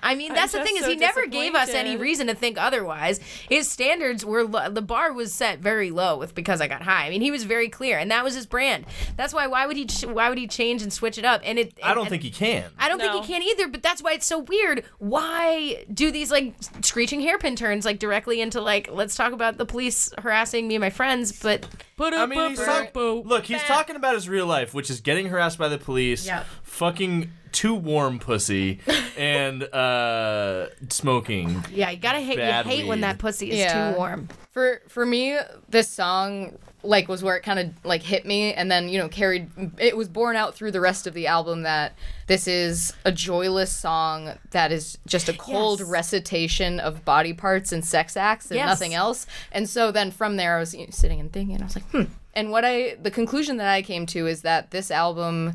S2: I mean, that's the
S3: just
S2: thing is
S3: so
S2: he never gave us any
S3: disappointed.
S2: reason to think otherwise. His standards were lo- the bar was set very low with because I got high. I mean, he was very clear, and that was his brand. That's why why would he ch- why would he change and switch it up? And it
S1: I don't
S2: and-
S1: think he can.
S2: I don't
S3: No.
S2: think he can either, but that's why it's so weird. Why do these like screeching hairpin turns like directly into like let's talk about the police harassing me and my friends, but
S1: I mean, he's talk- look, he's talking about his real life, which is getting harassed by the police,
S2: Yep.
S1: fucking too
S2: *laughs*
S1: warm pussy, and uh, smoking.
S2: yeah, you gotta hate
S1: Bad
S2: you hate when
S1: weed.
S2: that pussy is
S4: Yeah.
S2: too warm.
S4: For for me, this song like was where it kind of like hit me, and then you know carried. It was borne out through the rest of the album that this is a joyless song that is just a cold
S2: Yes.
S4: recitation of body parts and sex acts and
S2: Yes.
S4: nothing else. And so then from there, I was you know, sitting and thinking, and I was like, hmm. And what I the conclusion that I came to is that this album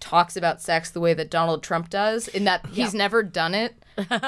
S4: talks about sex the way that Donald Trump does, in that he's never done it. and, no,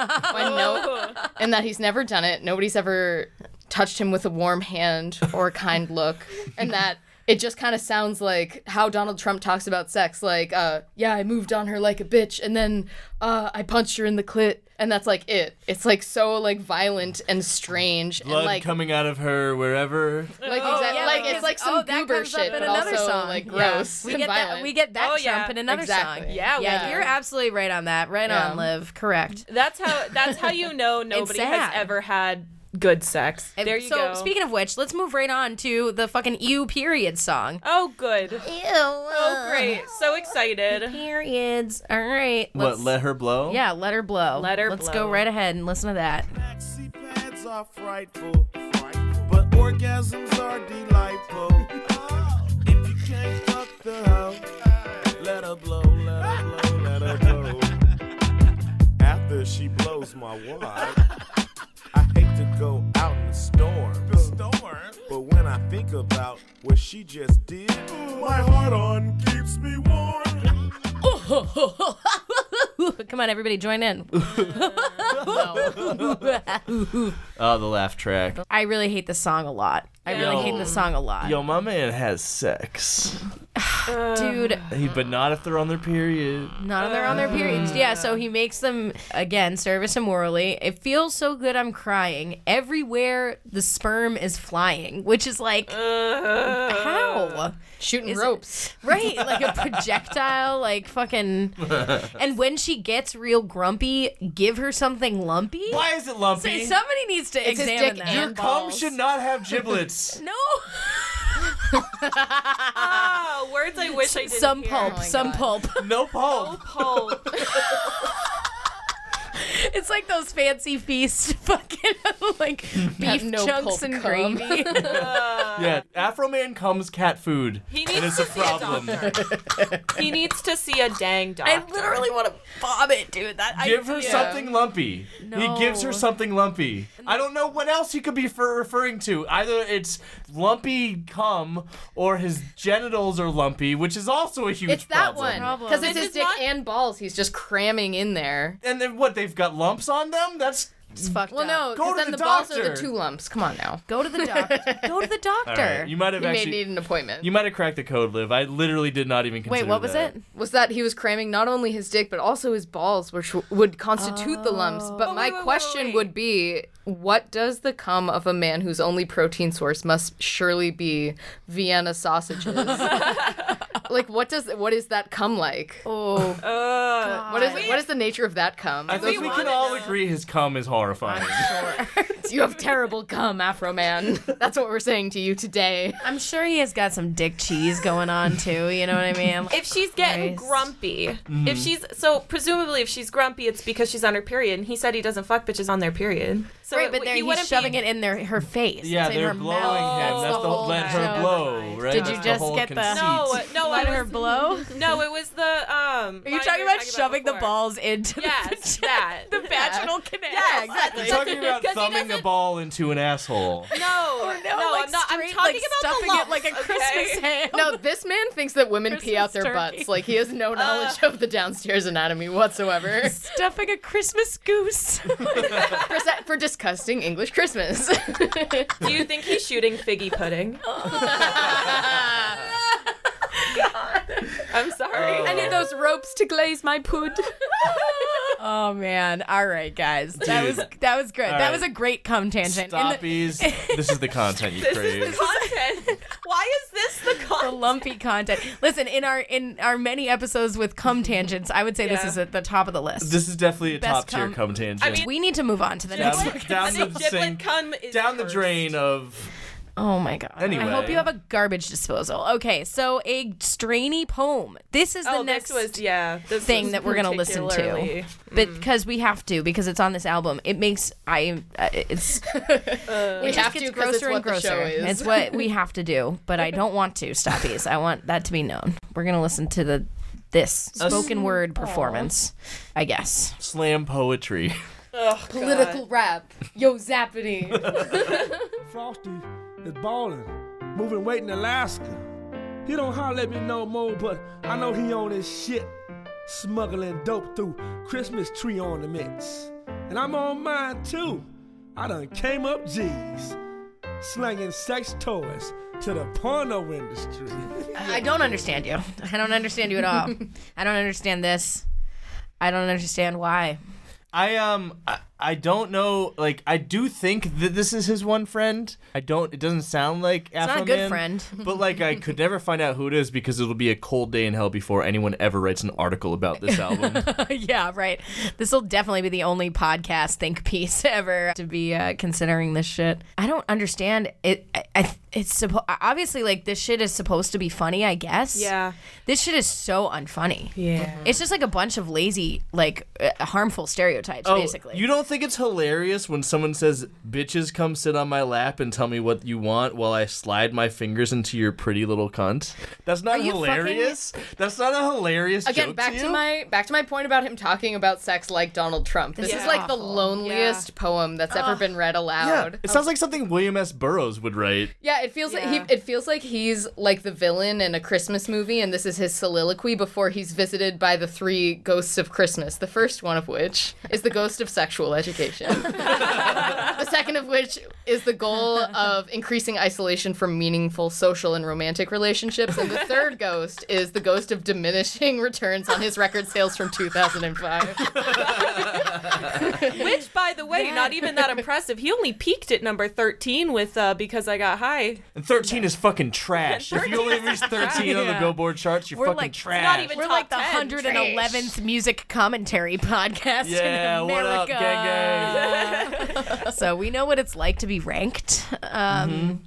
S2: Oh.
S4: and that he's never done it. Nobody's ever touched him with a warm hand or a kind look. And that it just kind of sounds like how Donald Trump talks about sex. Like, uh, yeah, I moved on her like a bitch, and then uh, I punched her in the clit. And that's like it. It's like so like violent and strange
S1: Blood
S4: and like
S1: coming out of her wherever.
S4: like, exact-
S2: yeah,
S4: like
S2: because-
S4: it's like some
S2: oh, that
S4: goober
S2: comes up
S4: shit,
S2: in
S4: but
S2: another
S4: also
S2: song.
S4: like
S2: Yeah.
S4: gross
S2: We
S4: and
S2: get
S4: violent.
S2: that. We get that
S3: Oh,
S2: Trump
S3: yeah,
S2: in another
S4: exactly.
S2: song.
S3: Yeah, we
S2: yeah,
S3: do.
S2: you're absolutely right on that. Right
S4: Yeah.
S2: on, Liv. Correct.
S3: that's how that's how you know nobody has
S2: sad.
S3: ever had good sex there you
S2: so,
S3: go
S2: speaking of which, let's move right on to the fucking ew period song.
S3: oh good
S2: Ew.
S3: oh great so excited
S2: Periods. All right.
S1: What?
S2: let's-
S1: Let her blow.
S2: Yeah, let her blow.
S3: Let her
S2: Let's
S3: blow.
S2: go right ahead and listen to that.
S8: Maxi pads are frightful, but orgasms are
S1: *laughs*
S8: delightful. If you can't fuck the hoe, let her blow, let her blow, let her blow. After she blows my wad, I hate to go out in the storm. But when I think about what she just did, my heart on keeps me warm.
S1: *sighs*
S2: Come on, everybody, join in. no.
S1: Oh, the laugh track.
S2: I really hate this song a lot. I really
S1: Yo.
S2: hate this song a lot.
S1: Yo, my man has sex.
S2: Dude,
S1: He- but not if they're on their period.
S2: Not on their on their periods. Yeah, so he makes them again service him morally. It feels so good. I'm crying everywhere. The sperm is flying, which is like
S1: Uh.
S2: how
S4: Shooting
S2: Is it-
S4: ropes.
S2: right, like a projectile, like
S1: *laughs*
S2: fucking. And when she gets real grumpy, give her something lumpy.
S1: Why is it
S2: So
S1: lumpy?
S2: somebody needs to
S4: It's his
S2: examine
S4: dick
S2: that.
S4: and
S1: Your cum should not have
S2: *laughs*
S1: giblets.
S2: no,
S3: Oh, words I
S2: *laughs*
S3: wish I didn't
S2: some
S3: hear.
S2: pulp,
S4: Oh my
S2: some
S4: God.
S2: pulp. *laughs*
S1: No pulp.
S3: Pulp.
S2: It's like those fancy feast *laughs* fucking
S4: *laughs*
S2: like beef
S4: no
S2: chunks
S4: pulp
S2: and
S4: cum.
S2: gravy.
S4: *laughs*
S1: Yeah, Afro Man comes cat food.
S3: He
S1: and
S3: needs
S1: it's
S3: to
S1: a
S3: see a
S1: problem.
S3: doctor. He needs to see a dang doctor.
S2: I literally want to vomit, dude. That
S1: Give
S2: I,
S1: her something lumpy. He gives her
S2: No.
S1: something lumpy. I don't know what else he could be fer- referring to. Either it's lumpy cum or his genitals are lumpy, which is also a huge
S4: It's that
S1: problem.
S4: one because it's
S3: This
S4: his
S3: is
S4: dick
S3: not-
S4: and balls. He's just cramming in there.
S1: And then what? They've got lumps on them? That's
S2: It's fucked
S4: Well,
S2: up.
S4: no,
S1: Go
S4: because
S1: to
S4: then
S1: the
S4: the balls are the
S1: doctor.
S4: two lumps. Come on now.
S2: Go to the doctor.
S4: *laughs*
S2: Go to the doctor.
S1: All right, You might have
S4: You may
S1: actually.
S4: need an appointment.
S1: You might have cracked the code, Liv. I literally did not even consider
S2: Wait, what was
S1: that.
S2: it?
S4: was that he was cramming not only his dick but also his balls, which w- would constitute the lumps. But my
S3: wait, wait,
S4: question
S3: wait.
S4: would be, what does the cum of a man whose only protein source must surely be Vienna sausages? like, what does what is that cum like?
S2: Oh,
S3: Uh,
S4: What is what is the nature of that cum?
S1: I think we can all agree his cum is horrifying.
S4: you have terrible cum, Afro man. That's what we're saying to you today.
S2: *laughs* I'm sure he has got some dick cheese going on too. You know what I mean?
S3: if she's getting
S2: Christ.
S3: grumpy,
S1: Mm-hmm.
S3: if she's so presumably if she's grumpy, it's because she's on her period. And he said he doesn't fuck bitches on their period. So
S2: right,
S3: it-
S2: but there
S3: he
S2: he's
S3: wouldn't
S2: shoving
S3: be,
S2: it in their her face.
S1: yeah,
S2: it's in
S1: they're
S2: her
S1: blowing
S2: mouth.
S1: him. That's the
S2: whole
S1: let her
S2: show.
S1: blow, right?
S2: Did you
S1: That's
S2: just
S1: whole
S2: get the-
S3: No,
S1: conceit.
S3: no,
S2: Let
S3: I
S2: her
S3: was-
S2: blow.
S3: No, it was the um.
S2: Are you talking about shoving the
S3: ball?
S2: balls into *laughs*
S3: Yes,
S2: the,
S3: that.
S2: the vaginal canal?
S3: Yeah,
S2: *laughs*
S3: exactly.
S1: You're talking about
S3: 'Cause he
S1: thumbing a
S3: doesn't-
S1: ball into an asshole.
S3: No,
S2: Oh, No, like
S3: I'm not.
S2: straight,
S3: I'm talking
S2: like
S3: about the
S2: stuffing
S3: lumps,
S2: it like a
S3: okay? *laughs*
S2: Christmas ham.
S4: No, this man thinks that women pee out their
S2: Christmas turkey.
S4: butts. Like he has no knowledge of the downstairs anatomy *laughs* whatsoever.
S2: stuffing a Christmas goose. *laughs*
S4: for, sa- for disgusting English
S3: *laughs*
S4: Christmas.
S3: Do you think he's shooting figgy pudding? I'm sorry.
S4: I need those ropes to glaze my
S1: *laughs*
S4: pud.
S2: Oh man! All right, guys, that
S1: Dude.
S2: was that was good.
S1: All
S2: that
S1: right.
S2: was a great cum tangent. And the,
S1: Stoppies. this is the content you
S3: This
S1: crave.
S3: is the content. Why is this the
S2: the
S3: content?
S2: lumpy content. Listen, in our in our many episodes with cum tangents, I would say this
S3: Yeah.
S2: is at the top of the list.
S1: This is definitely a top
S2: Best
S1: tier
S2: cum-
S1: cum tangent.
S3: I mean-
S2: we need to move on to the *laughs*
S1: down,
S2: next one.
S1: *laughs* down
S3: I think
S1: the
S3: giblet
S1: sink-
S3: cum is
S1: down the
S3: cursed.
S1: drain of.
S2: Oh my god!
S1: Anyway.
S2: I hope you have a garbage disposal. Okay, so a strainy poem. This is the
S3: Oh,
S2: next
S3: next was yeah. This
S2: thing
S3: was
S2: that we're gonna listen to.
S3: particularly-
S2: but because we have to because it's on this album. It makes I uh, *laughs* it's
S4: we
S2: It just
S4: have
S2: gets
S4: to because it's
S2: grosser and
S4: what the
S2: grosser.
S4: show is.
S2: It's what *laughs* we have to do, but I don't want to, Stoppies. I want that to be known. We're gonna listen to the this spoken word performance, I guess.
S1: Slam poetry.
S4: political rap. Yo,
S1: *laughs*
S4: zappity.
S8: Frosty is ballin', moving weight in Alaska. He don't holler at me no more, but I know he on his shit. Smuggling dope through Christmas tree ornaments. And I'm on mine too. I done came up G's, slanging sex toys to the porno industry.
S2: I don't understand you. I don't understand you at all. *laughs* I don't understand this. I don't understand why.
S1: I um I, I don't know like I do think that this is his one friend. I don't it doesn't sound like it's
S2: not a good friend.
S1: but like I could never find out who it is because it'll be a cold day in hell before anyone ever writes an article about
S2: *laughs*
S1: this album.
S2: yeah, right. This will definitely be the only podcast think piece *laughs* ever to be uh, considering this shit. I don't understand it. I, I, it's suppo- obviously like this shit is supposed to be funny, I guess.
S3: Yeah.
S2: This shit is so unfunny.
S3: Yeah.
S2: It's just like a bunch of lazy, like uh, harmful stereotypes,
S1: Oh,
S2: basically.
S1: You don't think it's hilarious when someone says, "Bitches, come sit on my lap and tell me what you want," while I slide my fingers into your pretty little cunt? That's not
S2: Are you
S1: hilarious. That's not a hilarious
S4: Again,
S1: joke
S4: back
S1: to,
S4: to,
S1: you?
S4: my back to my point about him talking about sex like Donald Trump. This
S2: Yeah.
S4: is like the
S2: Awful.
S4: loneliest poem that's ever been read
S1: Yeah,
S4: aloud.
S1: it sounds like something William S. Burroughs would write.
S4: Yeah, it feels like he, it feels like he's like the villain in a Christmas movie, and this is his soliloquy before he's visited by the three ghosts of Christmas. The first one of which is the ghost of sexual education. the second of which is the goal of increasing isolation from meaningful social and romantic relationships. And the third ghost is the ghost of diminishing returns on his record sales from 2005.
S3: Which, by the way, not even that impressive. He only peaked at number 13 with uh, Because I Got High.
S1: And 13 is fucking trash. If you only reach 13 on the
S2: Yeah.
S1: Billboard charts, you're
S2: We're
S1: fucking
S2: like- it's not
S1: trash.
S3: even
S2: We're
S3: top
S2: like the
S3: 10.
S2: 111th music commentary *laughs* podcast
S1: Yeah,
S2: in America.
S1: what up,
S2: so we know what it's like to be ranked. Um,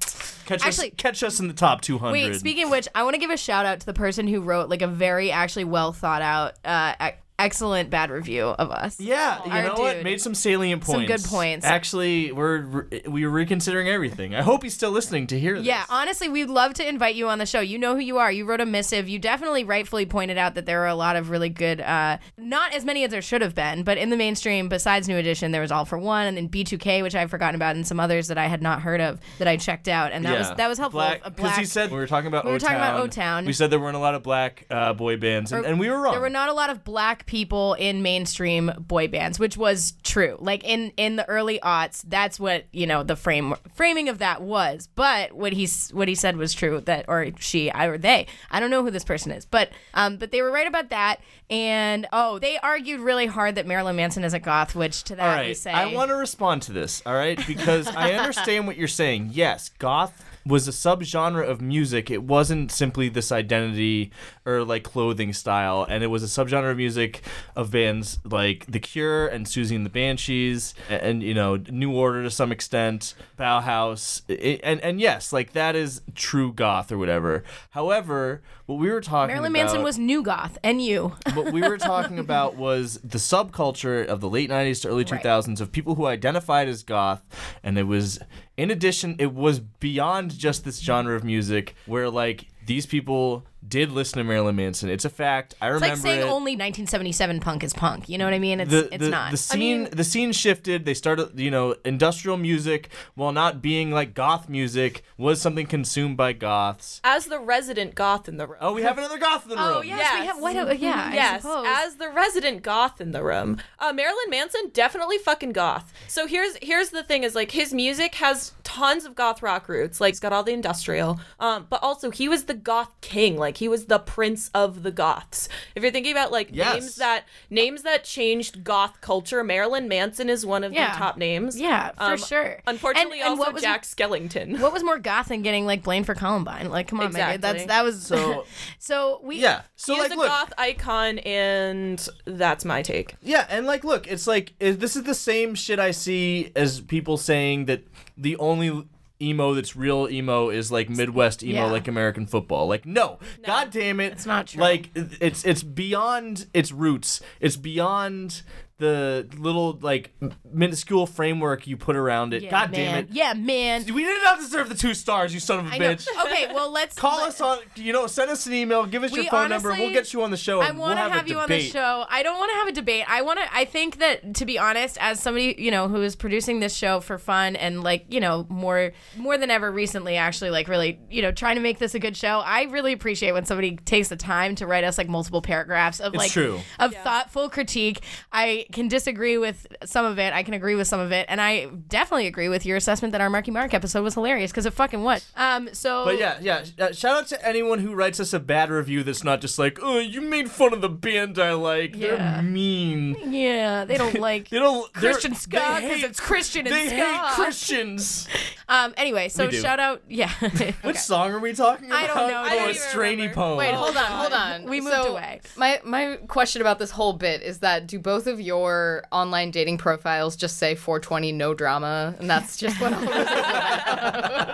S1: catch,
S2: Actually-
S1: us, catch us in the top 200.
S2: Wait, speaking of which, I want to give a shout out to the person who wrote like a very actually well thought out, uh, e- excellent bad review of us.
S1: Yeah, you
S2: Our
S1: know what?
S2: dude.
S1: Made some salient
S2: Some
S1: points.
S2: good points.
S1: Actually, we're we're reconsidering everything. I hope he's still listening to hear this.
S2: Yeah, honestly, we'd love to invite you on the show. You know who you are. You wrote a missive. You definitely rightfully pointed out that there are a lot of really good, uh, not as many as there should have been, but in the mainstream, besides New Edition, there was All for One and then B2K, which I've forgotten about, and some others that I had not heard of that I checked out, and that was that was helpful. A
S1: because he
S2: black-
S1: said we were talking about
S2: we were
S1: O-Town.
S2: talking about O-Town.
S1: We said there weren't a lot of black uh, boy bands, and,
S2: Or-
S1: and we were wrong.
S2: There were not a lot of black people in mainstream boy bands, which was true. Like in in the early aughts, that's what you know the frame framing of that was. But what he s- what he said was true that or she I or they I don't know who this person is, but um but they were right about that. And oh, they argued really hard that Marilyn Manson is a goth, which to that
S1: all
S2: we
S1: right,
S2: say
S1: I want to respond to this. All right, because I understand what you're saying. Yes, goth was a subgenre of music. It wasn't simply this identity or like clothing style, and it was a subgenre of music of bands like The Cure and Susie and the Banshees, and, and you know New Order to some extent, Bauhaus, I- and and yes, like that is true goth or whatever. However, what we were talking
S2: Marilyn
S1: about
S2: Manson was new goth, and you.
S1: what we
S2: *laughs*
S1: were talking about was the subculture of the late 90s to early 2000s of people who identified as goth and it was in addition it was beyond just this genre of music where like these people did listen to Marilyn Manson it's a fact i
S2: It's
S1: remember
S2: like saying
S1: it.
S2: only 1977 punk is punk. You know what I mean? It's
S1: the,
S2: it's
S1: the,
S2: not.
S1: the scene the scene shifted they started you know industrial music while not being like goth music was something consumed by goths
S3: As the resident goth in the room.
S1: oh we have another goth in the room
S2: yes, we have. Why don't, yeah, I
S3: yes,
S2: suppose.
S3: as the resident goth in the room, uh, Marilyn Manson definitely fucking goth. So here's here's the thing: is like his music has tons of goth rock roots. Like it's got all the industrial, um, but also he was the goth king. Like he was the prince of the goths. If you're thinking about like
S1: Yes.
S3: names that names that changed goth culture, Marilyn Manson is one of
S2: Yeah.
S3: the top names.
S2: Yeah, for sure.
S3: Um, Unfortunately,
S2: And- and
S3: also
S2: what was-
S3: Jack Skellington.
S2: What was more goth than getting like blamed for Columbine? Like, come on, man. That's
S3: Exactly.
S2: that was *laughs* so.
S1: So-
S2: we
S1: yeah so
S3: he was
S1: like
S3: a
S1: look
S3: goth icon, and that's my take.
S1: Yeah, and like, look, it's like i- this is the same shit I see as people saying that the only emo that's real emo is like Midwest emo,
S2: Yeah.
S1: like American football. Like, no, god damn it, it's
S2: not true.
S1: Like, i- it's it's beyond its roots. It's beyond the little like m- minuscule framework you put around it.
S2: Yeah,
S1: god damn
S2: man.
S1: it.
S2: Yeah, man.
S1: We did not deserve the two stars, you son of a
S2: I know.
S1: bitch.
S2: Okay, well let's
S1: Call
S2: let-
S1: us on, you know, send us an email, give us
S2: We
S1: your phone number, we'll
S2: honestly-
S1: get you on the show.
S2: I
S1: and we'll
S2: want to
S1: have,
S2: have
S1: a
S2: you on the
S1: debate.
S2: show. I don't want to have a debate. I want to. I think that to be honest, as somebody you know who is producing this show for fun and like you know more more than ever recently, actually like really you know trying to make this a good show. I really appreciate when somebody takes the time to write us like multiple paragraphs of
S1: It's
S2: like
S1: true.
S2: of thoughtful critique. I can disagree with some of it. I can agree with some of it, and I definitely agree with your assessment that our Marky Mark episode was hilarious because it fucking was. Um. So.
S1: But yeah, yeah. sh- Uh, shout out to anyone who writes us a bad review that's not just like, "Oh, you made fun of the band I like.
S2: Yeah.
S1: They're mean.
S2: Yeah, they
S1: *laughs*
S2: don't like
S1: They don't they're-
S2: Christian ska
S1: they
S2: because
S1: hate-
S2: it's Christian and
S1: They
S2: ska.
S1: hate
S2: *laughs*
S1: Christians."
S2: um. Anyway, so
S1: We do.
S2: shout out. Yeah. *laughs* Okay.
S1: Which song are we talking about?
S2: I don't know,
S1: Oh,
S2: dude.
S1: it's
S3: I don't even
S1: Strainy
S3: remember.
S1: Poem.
S4: Wait, hold on, hold *laughs* on.
S2: We moved
S4: So,
S2: away.
S4: My my question about this whole bit is that do both of your online dating profiles just say 420 no drama and that's just what all *laughs* of it is?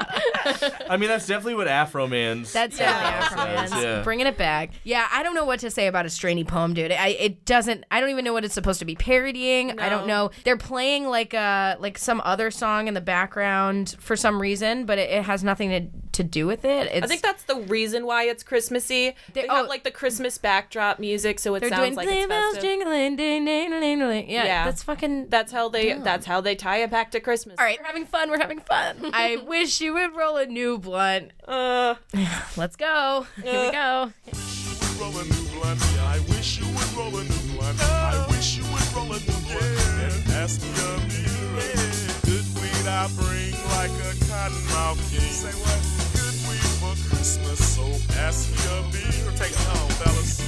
S1: I mean, that's definitely what Afro Man's.
S2: That's
S1: Yeah.
S2: definitely our friends.
S1: Yeah.
S2: Bringing it back. Yeah, I don't know what to say about a strainy poem, dude. I it doesn't. I don't even know what it's supposed to be parodying. I don't know. They're playing like a like some other song in the background for some reason, but it, it has nothing to to do with it. It's,
S3: I think that's the reason why it's Christmassy. They,
S2: They-
S3: have
S2: oh.
S3: like the Christmas backdrop music, so it
S2: they're doing
S3: sounds like
S2: "Sleigh
S3: it's
S2: bells
S3: festive.
S2: jingling, ding, ding, ding, ding." Yeah,
S3: Yeah.
S2: that's fucking.
S3: That's how they. That's how they tie it back to Christmas.
S2: All right, we're having fun. We're
S3: *laughs*
S2: having fun. I wish *sighs* you would roll a new blunt.
S3: Uh,
S2: Let's go. Here we go.
S9: She
S7: would roll a new blunt. I wish you would roll a new blunt. I wish you would roll a new blunt. And pass me a mirror. Good weed I bring like a cottonmouth king. Say what? Good weed for Christmas, so pass me a beer. Take it home, fellas.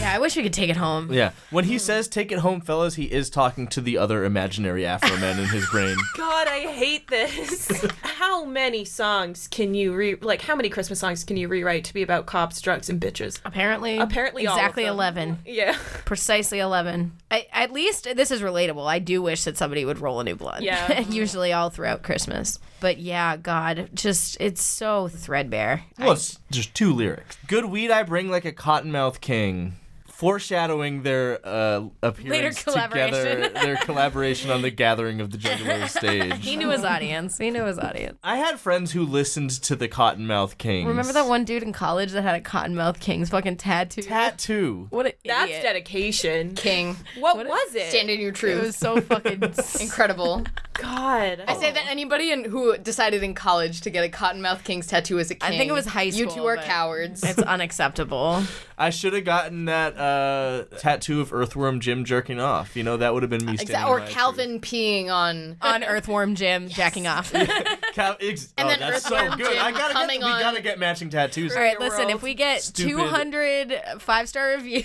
S2: Yeah, I wish we could take it home.
S1: Yeah. When
S2: Hmm.
S1: he says "take it home, fellas," he is talking to the other imaginary Afro men in his
S2: *laughs*
S1: brain.
S3: God, I hate this. how many songs can you re like? How many Christmas songs can you rewrite to be about cops, drugs, and bitches?
S2: Apparently,
S3: Apparently all of
S2: exactly
S3: them.
S2: eleven,
S3: Yeah,
S2: precisely eleven. I, at least this is relatable. I do wish that somebody would roll a new blunt. *laughs*
S3: Yeah.
S2: usually all throughout Christmas. But yeah, God, just it's so threadbare.
S1: Well, it's just two lyrics. Good weed I bring like a cottonmouth king. Foreshadowing their uh, appearance together,
S2: collaboration.
S4: *laughs*
S1: their collaboration on the Gathering of the Jugglers stage.
S2: He knew his audience. He knew his audience.
S1: I had friends who listened to the Cottonmouth Kings.
S2: Remember that one dude in college that had a Cottonmouth King's fucking tattoo?
S1: tattoo?
S2: what an
S3: that's
S2: idiot.
S3: dedication.
S4: King.
S3: What, was it?
S4: Stand in your
S2: It
S4: truth.
S2: was so fucking.
S4: incredible.
S3: God,
S4: I *laughs* say that anybody in, who decided in college to get a Cottonmouth King's tattoo as a king.
S2: I think it was high
S4: You two
S2: school,
S4: are
S2: but-
S4: cowards.
S2: it's unacceptable.
S1: I should have gotten that uh, tattoo of Earthworm Jim jerking off. You know, that would have been me standing
S4: Exa-
S1: in
S4: or
S1: my
S4: Calvin peeing on.
S2: On Earthworm Jim jacking off.
S1: truth. Cal- ex-
S4: *laughs* And
S1: oh,
S4: then
S1: that's so
S4: Earthworm
S1: good.
S4: Jim
S1: I gotta
S4: coming
S1: get, we
S4: on-
S1: gotta get matching tattoos.
S2: All right, listen.
S3: world.
S2: If we get
S1: Stupid.
S2: 200 five star reviews,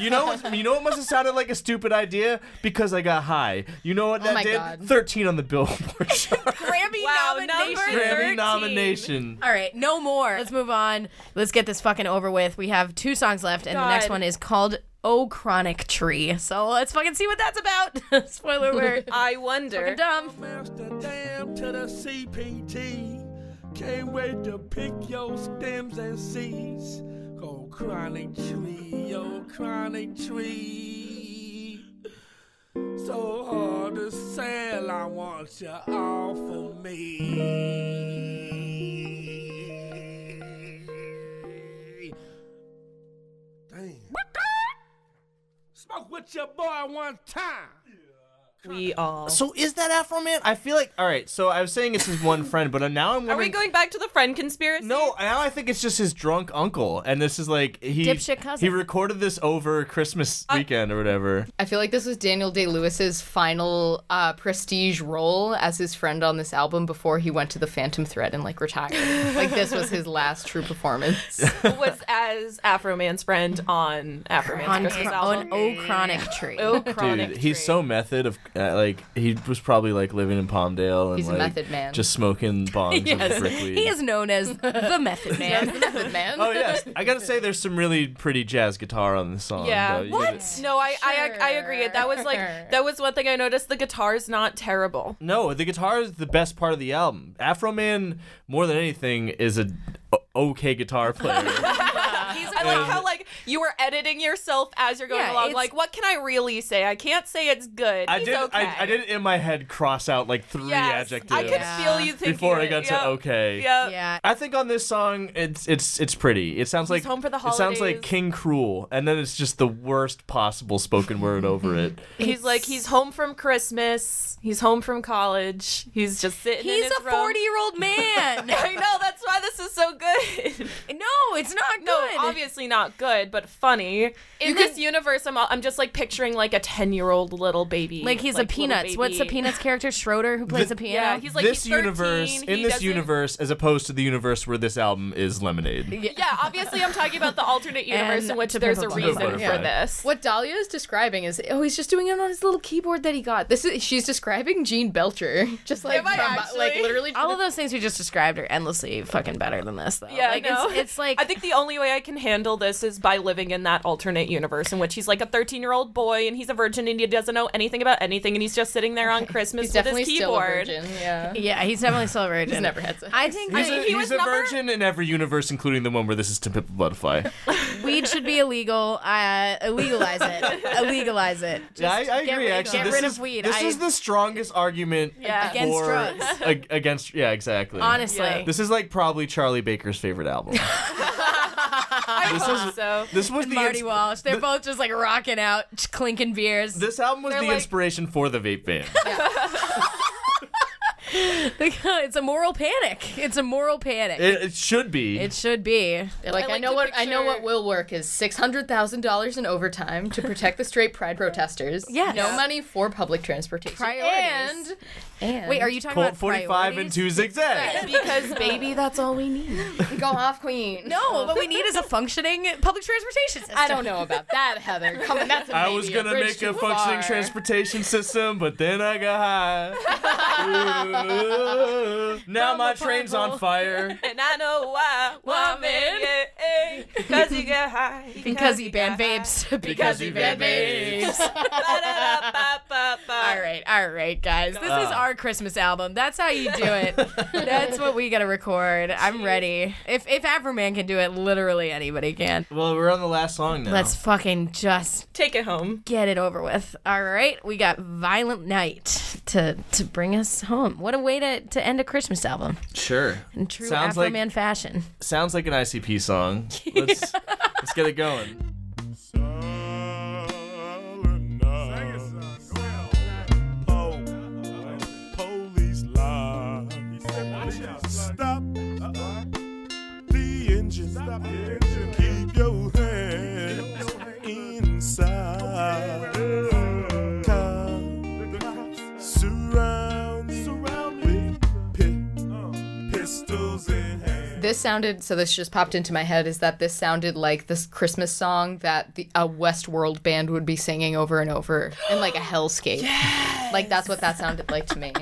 S1: You know, what, you know what must have sounded like a stupid idea because I got high. You know what that
S4: my
S1: did?
S4: God.
S1: Thirteen on the Billboard *laughs* chart.
S2: Grammy
S3: Wow,
S2: nomination.
S3: number-
S1: Grammy
S3: 13.
S1: nomination.
S2: All right, no more. Let's move on. Let's get this fucking over with. We have two songs left, and the next
S3: God.
S2: one is called "O Chronic Tree." So let's fucking see what that's about. *laughs*
S3: *laughs*
S2: Spoiler alert.
S3: I wonder.
S2: Fucking dumb.
S8: Amsterdam to the CPT. Can't wait to pick your stems and seeds. Oh, chronic tree, oh, chronic tree. So hard to sell, I want you all for me. Damn. Smoke with your boy one time.
S3: We all.
S1: So is that Afro Man? I feel like all right. So I was saying it's his one friend, but now I'm
S3: Are we
S1: wondering.
S3: going back to the friend conspiracy?
S1: *laughs* No, now I think it's just his drunk uncle, and this is like he
S2: Dipshit cousin.
S1: he recorded this over Christmas weekend or whatever.
S4: I feel like this was Daniel Day Lewis's final uh, prestige role as his friend on this album before he went to the Phantom Thread and like retired. like this was his last true performance.
S3: was as Afro Man's friend on Afro Man's
S2: On,
S3: Christmas
S2: on
S3: album.
S2: "O Chronic Tree."
S3: Oh, chronic
S1: Dude, he's
S3: tree.
S1: so method of uh, like he was probably like living in Palmdale and
S4: He's a
S1: like
S4: method man.
S1: just smoking bongs
S2: Yes,
S1: of brick weed.
S2: he is known
S3: *laughs*
S2: as the Method Man.
S4: Method Man.
S1: Oh yes, I gotta say there's some really pretty jazz guitar on this song.
S3: Yeah.
S1: though. You gotta-
S3: No, I, I I agree. That was like
S4: Sure.
S3: that was one thing I noticed. The guitar's not
S2: *laughs*
S3: terrible.
S1: no, the guitar is the best part of the album. Afro Man, more than anything, is a o- okay
S3: *laughs*
S1: guitar player.
S3: I like how like you were editing yourself as you're going
S2: Yeah,
S3: along.
S2: it's-
S3: Like, what can I really say? I can't say it's good.
S1: I
S3: He's
S1: did.
S3: Okay.
S1: I, I did in my head cross out like three
S3: Yes.
S1: adjectives.
S3: I could
S2: Yeah.
S3: feel you thinking
S1: before I
S3: it.
S1: got
S3: Yep.
S1: to okay.
S3: Yep.
S2: yeah,
S1: I think on this song, it's it's it's pretty. It sounds like
S3: home for the
S1: It sounds like
S3: holidays.
S1: King Cruel, and then it's just the worst possible spoken word over it.
S3: He's like he's home from Christmas. He's home from college. He's just sitting. in
S2: he's
S3: his
S2: a 40 year old man.
S3: Room. *laughs* I know that's why this is so good.
S2: no, it's not good.
S3: No, obviously not good, but funny. In this universe, I'm I'm just like picturing like a ten year old little baby.
S2: Like he's a
S3: little
S2: Peanuts. What's the
S3: baby.
S2: Peanuts character Schroeder who plays
S1: The-
S2: the, piano?
S3: Yeah, he's *laughs* like
S1: this
S3: he's 13,
S1: universe,
S3: he
S1: in this
S3: doesn't-
S1: universe, as opposed to the universe where this album is Lemonade.
S3: Yeah, obviously I'm talking about the alternate universe in
S2: *laughs* And
S3: which
S2: To
S3: there's a
S2: Pimp a
S3: reason
S1: Butterfly.
S3: for this.
S4: What Dahlia is describing is oh he's just doing it on his little keyboard that he got. This is she's describing Gene Belcher. *laughs* Just like
S3: Am I
S4: from-
S3: actually?
S4: like literally
S2: all of those things we just described are endlessly fucking better than this, though.
S3: Yeah,
S2: like
S3: I know.
S2: It's, it's like
S3: I think the only way I can handle this is by living in that alternate universe in which he's like a 13 year old boy and he's a virgin and he doesn't know anything about anything and he's just sitting there on Christmas
S4: he's
S3: with
S4: definitely
S3: his
S4: still a
S3: keyboard.
S4: virgin. Yeah.
S2: yeah, he's definitely still a virgin.
S4: never had sex.
S2: I think
S1: He's
S2: that
S1: a,
S3: he
S1: he's
S3: was
S1: a
S3: number-
S1: virgin in every universe, including the one where this is to Pimp
S2: *laughs*
S1: a Butterfly.
S2: weed should be illegal. Uh, illegalize it. illegalize it.
S1: Yeah, I, I
S2: get
S1: agree.
S2: rid-
S1: actually,
S2: get
S1: this
S2: rid
S1: is,
S2: of weed.
S1: This
S2: I-
S1: is the strongest
S2: *laughs*
S1: argument
S3: Yeah.
S2: Against
S1: for-
S2: drugs.
S1: *laughs* ag- against, yeah, exactly.
S2: Honestly,
S3: Yeah.
S1: this is like probably Charlie Baker's
S2: *laughs*
S1: favorite album.
S3: I hope so.
S1: This was the
S2: Marty
S1: ins-
S2: Walsh. They're
S1: th-
S2: both just like rocking out, clinking beers.
S1: This album was the
S3: like-
S1: inspiration for the vape ban.
S2: *laughs* it's a moral panic. It's a moral panic.
S1: It, it should be.
S2: It should be.
S1: *laughs*
S4: They're like, I, know what I know what will work is six hundred thousand dollars in overtime to protect the straight
S1: *laughs*
S4: pride protesters.
S2: Yes.
S4: No money for public transportation.
S2: Priorities.
S4: And and
S2: Wait, are you talking
S1: Colt
S2: about
S1: 45 and
S2: priorities?
S1: two zigzags.
S3: because baby, that's all we need.
S4: go off *laughs* queen?
S2: No, what we need is a functioning public transportation system.
S4: I don't know about that, Heather. Come on, that's
S1: I was
S4: maybe
S1: gonna
S4: bridge
S1: make
S4: too
S1: a functioning
S4: far.
S1: transportation system, but then I *laughs* got high. now my train's on fire.
S3: And I know why. Why, man? Yeah, eh, because he get high. *laughs*
S2: Because he banned
S3: get high.
S2: vapes. *laughs*
S1: Because he banned vapes.
S3: Ba-da-da-ba-ba-ba.
S2: All right, all right, guys. This
S1: Uh.
S2: is our Christmas album. That's how you do
S1: *laughs*
S2: it. That's what we gotta record. I'm ready. If if Afroman can do it, literally anybody can.
S1: *laughs* Well, we're on the last song now.
S2: Let's fucking just
S3: Take it home.
S2: get it over with. All right, we got Violent Night to to bring us home. What a way to, to end a Christmas album
S1: sure.
S2: in true
S1: Sounds
S2: Afro
S1: like-
S2: Man fashion.
S1: Sounds like an
S2: *laughs*
S1: ICP song. Let's let's get it going.
S8: Silent night. Po- Police lie. Stop Uh-uh. the engine. Keep your hands inside. Cops surround me Uh. with pi- pistols in hand.
S4: This sounded so. This just popped into my head. Is that this sounded like this Christmas song that the a Westworld band would be singing over and over in
S2: *gasps*
S4: like a hellscape? Like that's what that sounded like to
S2: *laughs*
S4: me.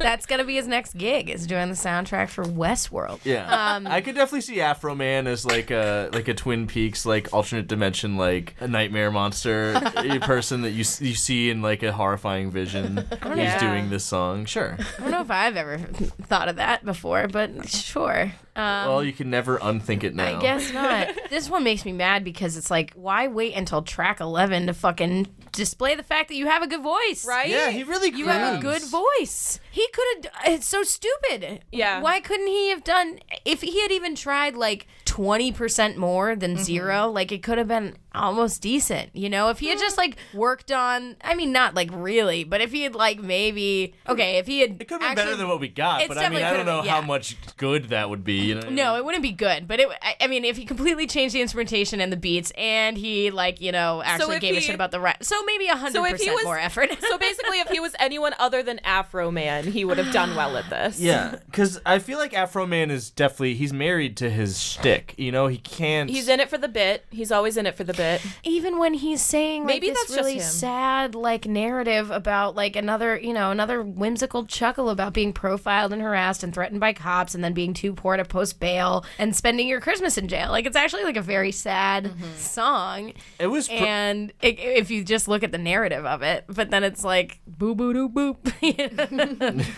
S2: That's gonna be his next gig is doing the soundtrack for Westworld.
S1: Yeah,
S2: Um,
S1: I could definitely see Afro Man as like a like a Twin Peaks like alternate dimension like a nightmare monster
S2: *laughs*
S1: a person that you s- you see in like a horrifying vision. He's doing this song, sure.
S2: I don't know if I've ever thought of that before, but sure.
S1: well, you can never unthink it now.
S2: Um, I
S3: *laughs*
S2: guess not. this one makes me mad because it's like, why wait until track 11 to fucking display the fact that you have a good voice?
S3: Right?
S1: Yeah, he really.
S2: You have a good voice. He could have. It's so stupid.
S3: Yeah.
S2: Why couldn't he have done. If he had even tried like 20% more than
S3: Mm-hmm.
S2: zero, like it could have been almost decent. You know, if he
S3: Mm.
S2: had just like worked on. I mean, not like really, but if he had like maybe. Okay, if he had.
S1: It could have been better than what we got,
S2: it's
S1: but I mean,
S2: definitely
S1: I don't
S2: could've
S1: know
S2: been-
S1: how
S2: yeah.
S1: much good that would be. You know? what I
S2: No,
S1: mean?
S2: it wouldn't be good. But it, I, I mean, if he completely changed the instrumentation and the beats, and he like you know actually
S3: if
S2: gave a
S3: he-
S2: shit about the rap, so maybe a hundred
S3: So if he
S2: percent
S3: was
S2: more effort.
S3: *laughs* so
S2: *laughs*
S3: basically, if he was anyone other than Afro Man, he would have done well at this.
S1: Yeah, because I feel like Afro Man is definitely he's married to his shtick. You know, he can't.
S3: He's in it for the bit. He's always in it for the bit.
S2: even when he's saying like,
S3: Maybe
S2: this
S3: that's just
S2: really
S3: him.
S2: sad like narrative about like another you know another whimsical chuckle about being profiled and harassed and threatened by cops and then being too poor to post bail and spending your Christmas in jail. Like it's actually like a very sad song.
S1: It was. Pr-
S2: and i if you just look at the narrative of it, but then it's like boo boo doo *laughs* boop.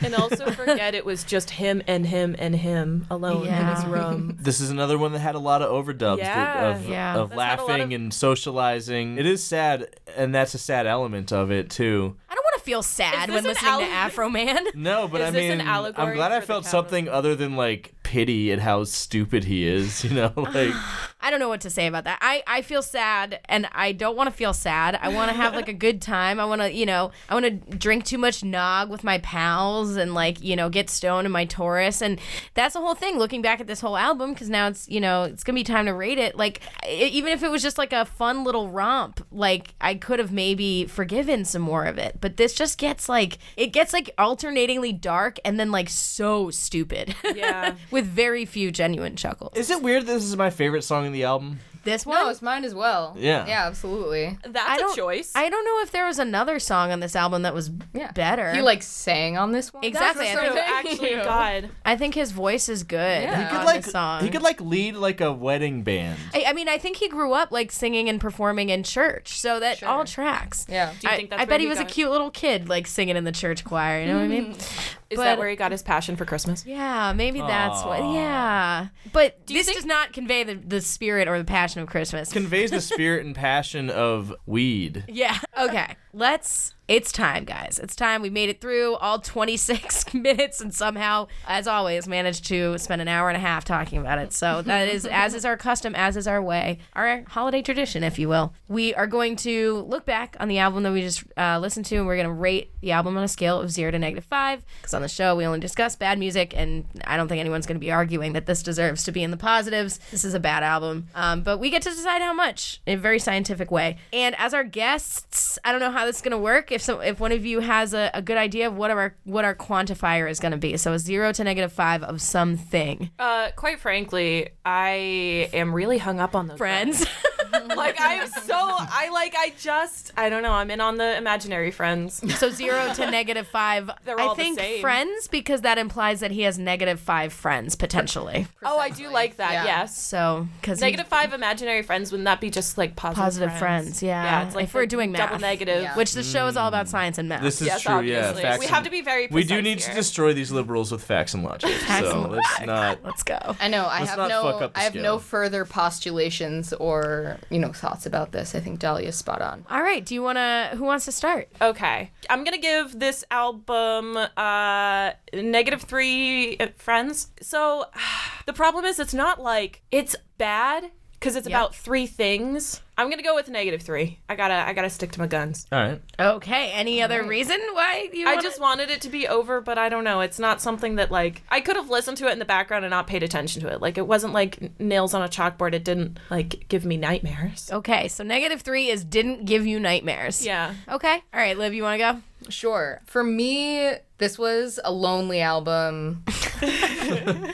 S3: And *laughs* also forget it was just him and him and him alone in his
S2: Yeah.
S3: room. *laughs*
S1: this is another one that had a lot of overdubs that,
S3: Yeah.
S1: of,
S3: That's
S2: Yeah.
S1: of
S3: had a lot
S1: laughing
S3: of-
S1: and socializing. It is sad, and that's a sad element of it too.
S2: I don't want to feel sad
S3: Is
S2: when
S3: this an
S2: listening to
S3: al-
S2: Afro Man.
S1: No, but
S3: Is
S1: I
S3: this an
S1: mean, I'm
S3: allegory
S1: glad I
S3: for the
S1: felt
S3: Count of-
S1: something other than like pity at how stupid he is. You know, like
S2: I don't know what to say about that. I, I feel sad and I don't want to feel sad. I want to have like a good time. I want to, you know, I want to drink too much nog with my pals and like, you know, get stoned in my Taurus. And that's the whole thing looking back at this whole album because now it's, you know, it's going to be time to rate it. Like, e- even if it was just like a fun little romp, like I could have maybe forgiven some more of it. But this just gets like, it gets like alternatingly dark and then like so stupid.
S3: Yeah.
S2: *laughs* with very few genuine chuckles.
S1: is it weird? that This is my favorite song in the album.
S2: this one?
S4: No, it's mine as well.
S1: Yeah.
S4: Yeah, absolutely.
S2: I
S3: That's
S2: don't,
S3: a choice.
S2: I don't know if there was another song on this album that was
S4: Yeah.
S2: better.
S4: He like sang on this one.
S2: exactly. I
S3: So
S2: think,
S3: actually,
S2: *laughs*
S3: God.
S2: I think his voice is good
S4: Yeah. He
S2: on
S1: could
S2: this
S1: like
S2: song.
S1: he could like lead like a wedding band.
S2: I, I mean, I think he grew up like singing and performing in church, so that all tracks.
S4: Yeah.
S3: Do you think
S2: I,
S3: that's
S2: I
S3: where
S2: bet he
S3: he
S2: was a
S3: got- Mm.
S2: cute little kid like singing in the church choir. You know what I mean?
S3: Is
S2: But-
S3: that where he got his passion for Christmas?
S2: Yeah, maybe that's what. Yeah, but
S3: you
S2: this
S3: think-
S2: does not convey the, the spirit or the passion of Christmas.
S1: Conveys the spirit and passion of weed.
S2: yeah. Okay, let's. It's time, guys. It's time. We made it through all 26 *laughs* minutes and somehow, as always, managed to spend an hour and a half talking about it. So, that is, as is our custom, as is our way, our holiday tradition, if you will. We are going to look back on the album that we just uh, listened to and we're going to rate the album on a scale of zero to negative five. Because on the show, we only discuss bad music, and I don't think anyone's going to be arguing that this deserves to be in the positives. This is a bad album. Um, but we get to decide how much in a very scientific way. And as our guests, I don't know how this is going to work. If some, if one of you has a, a good idea of what our what our quantifier is going to be, so a zero to negative five
S3: *laughs*
S2: of something.
S3: Uh, quite frankly, I am really hung up on those
S2: Friends. *laughs*
S3: like I am so I like I just I don't know. I'm in on the imaginary
S2: *laughs*
S3: friends.
S2: So zero to negative five.
S3: *laughs* They're
S2: I
S3: all the
S2: think
S3: same.
S2: friends because that implies that he has negative five friends potentially.
S3: Oh, I do like that.
S4: Yeah.
S3: Yes.
S2: So because
S3: Negative five imaginary friends wouldn't that be just like positive,
S2: Positive friends, yeah.
S3: it's like
S2: If we're
S3: the
S2: doing
S3: double
S2: math.
S3: negative.
S4: Yeah.
S2: which the show is all about science and math.
S1: Mm. This is
S3: Yes,
S1: true.
S3: obviously.
S1: Yeah, facts
S3: We
S1: and-
S3: have to be very
S1: We do
S3: precise
S1: need to
S3: here.
S1: destroy these liberals with facts and logic.
S2: Facts
S1: so
S2: and
S1: let's not.
S2: Let's *laughs* go.
S4: I know. I
S1: Let's
S4: have
S1: not fuck
S4: no.
S1: up the
S4: I have no
S1: scale.
S4: further postulations or you know thoughts about this. I think Dahlia's spot on.
S2: All right. Do you want to? Who wants to start?
S3: Okay. I'm going to give this album uh negative 3 uh, friends. So *sighs* the problem is it's not like it's bad cuz it's about three things. I'm going to go with negative 3. I got to I got to stick to my guns.
S1: All right.
S2: Okay. Any other reason why you?
S3: I
S2: wanna-
S3: just wanted it to be over, but I don't know. It's not something that like I could have listened to it in the background and not paid attention to it. Like it wasn't like n- nails on a chalkboard. It didn't like give me nightmares.
S2: Okay. So negative three is didn't give you nightmares.
S3: Yeah.
S2: Okay. All right, Liv. You want to go?
S4: Sure. For me, this was a lonely album.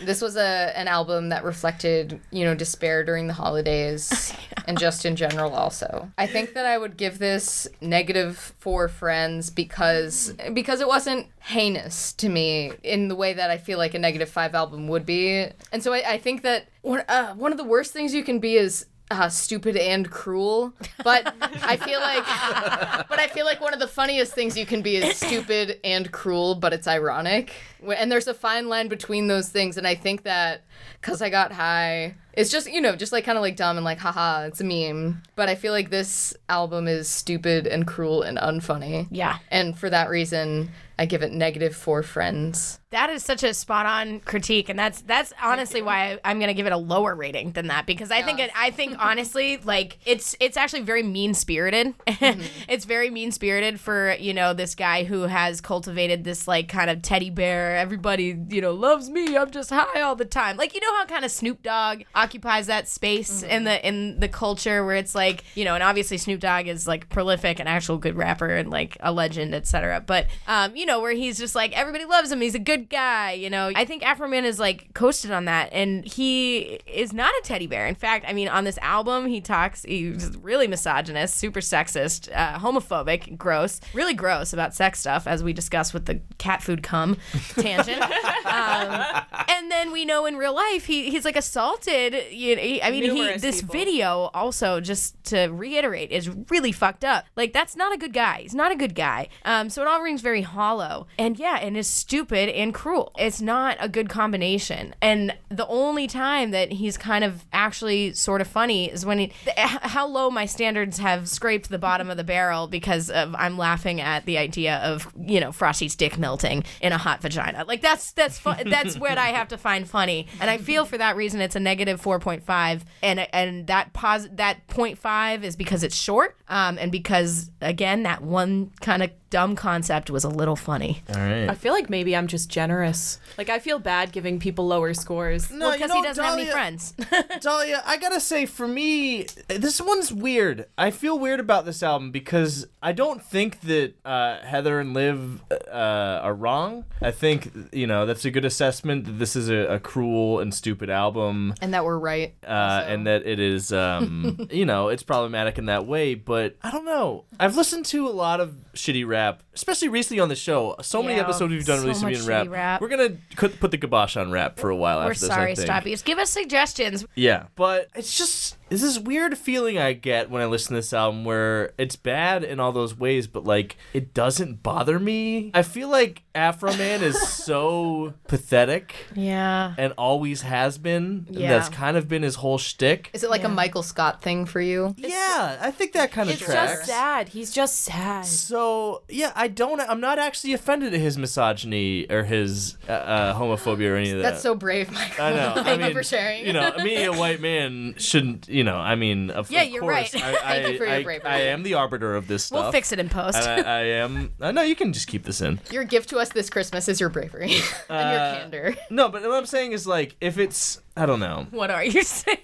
S4: this was a an album that reflected, you know, despair during the holidays and just in general also. I think that I would give this negative 4 friends because because it wasn't heinous to me in the way that I feel like a negative 5 album would be. And so I, I think that one, uh, one of the worst things you can be is uh, stupid and cruel, but I feel like, but I feel like one of the funniest things you can be is *laughs* stupid and cruel, but it's ironic. Wh- And there's a fine line between those things, and I think that because I got high, it's just you know just like kind of like dumb and like haha, it's a meme. But I feel like this album is stupid and cruel and unfunny.
S2: Yeah.
S4: And for that reason, I give it negative four friends.
S2: That is such a spot on critique, and that's that's honestly why I, am gonna give it a lower rating than that because I think it, I think honestly like it's it's actually very mean spirited. *laughs* it's very mean spirited for you know this guy who has cultivated this like kind of teddy bear. Everybody you know loves me. I'm just high all the time. Like you know how kind of Snoop Dogg occupies that space in the in the culture where it's like you know, and obviously Snoop Dogg is like prolific, an actual good rapper, and like a legend, etc. But um, you know, where he's just like everybody loves him. He's a good guy. You know, I think Afroman is like coasted on that, and he is not a teddy bear. In fact, I mean, on this album, he talks. He's really misogynist, super sexist, uh, homophobic, gross, really gross about sex stuff, as we discussed with the cat food cum tangent. um, and then we know in real life he, he's like assaulted. You know, he, I mean, he
S3: Numerous
S2: this
S3: people.
S2: video also just to reiterate is really fucked up. Like that's not a good guy. He's not a good guy. Um, so it all rings very hollow. And yeah, and is stupid and cruel. It's not a good combination. And the only time that he's kind of actually sort of funny is when he, th- how low Oh, my standards have scraped the bottom of the barrel because of I'm laughing at the idea of you know Frosty's dick melting in a hot vagina. Like that's that's fun. that's what I have to find funny, and I feel for that reason it's a negative four point five, and and that pos that point five is because it's short, um, and because again that one kind of dumb concept was a little funny.
S1: All right.
S3: I feel like maybe I'm just generous. Like I feel bad giving people lower scores.
S1: No,
S2: because he doesn't have any friends.
S1: Dahlia, I gotta say, for me, this one's weird. I feel weird about this album because I don't think that uh, Heather and Liv uh, are wrong. I think you know that's a good assessment that this is a, a cruel and stupid album,
S4: And that we're right.
S1: uh, and that it
S2: *laughs*
S1: is, um, you know, it's problematic in that way. But I don't know. I've listened to a lot of shitty rap, especially recently on the show. So many
S2: Yeah,
S1: episodes we've done
S2: so
S1: released to be
S2: much
S1: in
S2: shitty
S1: rap.
S2: rap.
S1: We're gonna co- put the kibosh on rap for a while
S2: We're
S1: after this. I
S2: sorry,
S1: think.
S2: Strappy. Just give us suggestions.
S1: Yeah, but it's just This is weird feeling I get when I listen to this album where it's bad in all those ways, but like it doesn't bother me. I feel like Afro
S2: *laughs*
S1: Man is so pathetic
S2: Yeah.
S1: and always has been. And
S2: Yeah.
S1: that's kind of been his whole shtick.
S4: Is it like a Michael Scott thing for you?
S1: Yeah, I think that kind of
S3: It's
S1: tracks.
S3: just sad. He's just sad.
S1: So yeah, I don't. I'm not actually offended at his misogyny or his uh, uh, homophobia or any of that.
S4: That's so brave, Michael.
S1: I
S4: *laughs*
S1: know. I
S4: Thank
S1: mean,
S4: you for sharing.
S1: You know, me, a white man, shouldn't. You know, I mean, of,
S2: Yeah,
S1: of
S2: you're
S1: course,
S2: right.
S1: I, I,
S4: *laughs* Thank you for your
S1: I,
S4: bravery.
S1: I am the arbiter of this stuff.
S2: We'll fix it in post.
S1: And I, I am. I know you can just keep this in.
S4: your gift to us this Christmas is your bravery *laughs*
S1: Uh,
S4: and your candor.
S1: No, but what I'm saying is like, if it's, I don't know.
S2: *laughs* what are you
S1: *laughs*
S2: saying?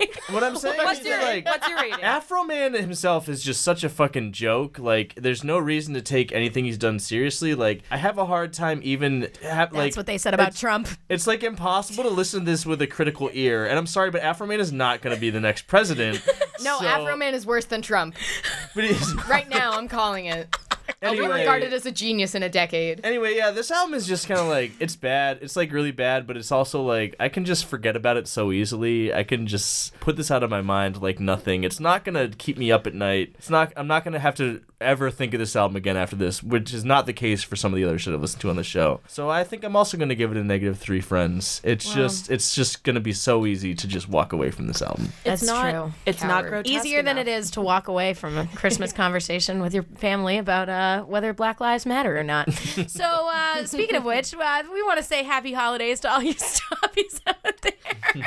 S4: *laughs*
S1: What I'm saying
S3: What's
S1: is
S3: your
S1: that, like,
S3: What's your rating?
S1: Afro Man himself is just such a fucking joke. Like, there's no reason to take anything he's done seriously. Like, I have a hard time even. Ha-
S2: That's
S1: like,
S2: what they said about
S1: it's-
S2: Trump.
S1: It's like impossible to listen to this with a critical ear. And I'm sorry, but Afro Man is not going to be the next president.
S2: *laughs*
S4: No,
S1: so-
S4: Oh, Afro Man is worse than *laughs* Trump.
S1: But he's-
S4: Right now, I'm calling *laughs* it. I'll be
S1: *laughs* Anyway.
S4: regarded as a genius in a decade.
S1: anyway, yeah, this album is just kind of like it's bad. It's like really bad, but it's also like I can just forget about it so easily. I can just put this out of my mind like nothing. It's not gonna keep me up at night. It's not. I'm not gonna have to ever think of this album again after this, which is not the case for some of the other shit I've listened to on the show. So I think I'm also gonna give it a negative three friends. It's just it's just gonna be so easy to just walk away from this album.
S3: it's
S2: That's
S3: not.
S2: true.
S3: It's not
S4: Coward.
S3: grotesque.
S2: Easier than it is to walk away from a
S3: *laughs*
S2: Christmas conversation with your family about uh, whether Black Lives Matter or
S3: *laughs*
S2: not. so, uh, speaking of which, uh, we want to say happy holidays to all you *laughs* stoppies out there.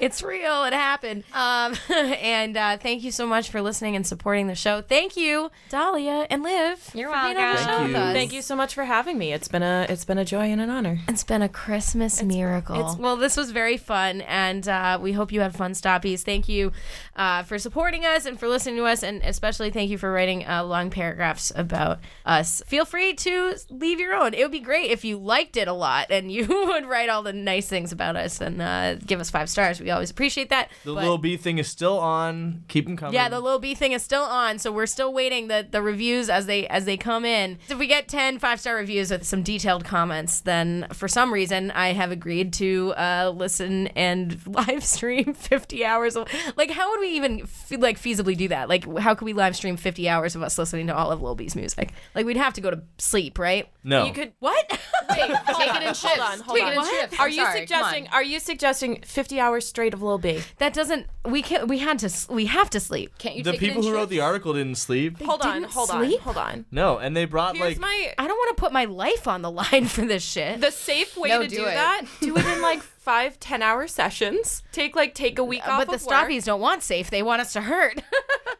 S2: it's real, it happened. Um, *laughs* and uh, thank you so much for listening and supporting the show. Thank you, Dahlia and Liv.
S3: You're
S2: for being on the
S3: welcome.
S2: show
S1: Thank
S2: with
S1: you.
S2: us.
S3: Thank you so much for having me. It's been a it's been a joy and an honor.
S2: It's been a Christmas miracle.
S3: it's-
S2: well, this was very fun, and uh, we hope you had fun, Stoppies. Thank you uh, for supporting us and for listening to us, and especially thank you for writing uh, long paragraphs about us. Feel free to leave your own. It would be great if you liked it a lot and *laughs* you would write all the nice things about us and uh, give us five stars. We always appreciate that.
S1: The
S2: But-
S1: little B thing is still on. Keep them coming.
S2: yeah,
S3: Um,
S2: the little B thing is still on, so we're still waiting the, the reviews as they as they come in. If we get 10 five-star reviews with some detailed comments, then for some reason I have agreed to uh, listen and *laughs* live stream 50 hours of like how would we even f- like feasibly do that? Like how could we live stream 50 hours of us listening to all of Lil B's music? Like we'd have to go to sleep, right?
S1: no.
S3: You could
S4: *laughs*
S2: What?
S4: Hey, take it in shifts.
S3: Hold on, hold
S4: take
S3: on.
S4: it in shifts.
S3: Are
S4: I'm
S3: you
S4: sorry. Come on.
S3: suggesting? Are you suggesting fifty hours straight of Lil B?
S2: that doesn't we can't we had to s- we have to sleep.
S4: Can't you
S1: the
S4: take it in
S1: people who wrote
S4: shifts?
S1: the article didn't sleep.
S3: Hold on,
S2: didn't
S3: hold
S2: sleep?
S3: on, hold on.
S1: No, and they brought
S3: Here's
S1: like
S3: my
S2: I don't want to put my life on the line *laughs* for this shit.
S3: the safe way
S4: No,
S3: to
S4: do
S3: do,
S4: it.
S2: *laughs*
S3: that. Do it in like five, ten hour sessions. Take like take a week off.
S2: Uh, but the
S3: of work.
S2: stoppies don't want safe. They want us to hurt.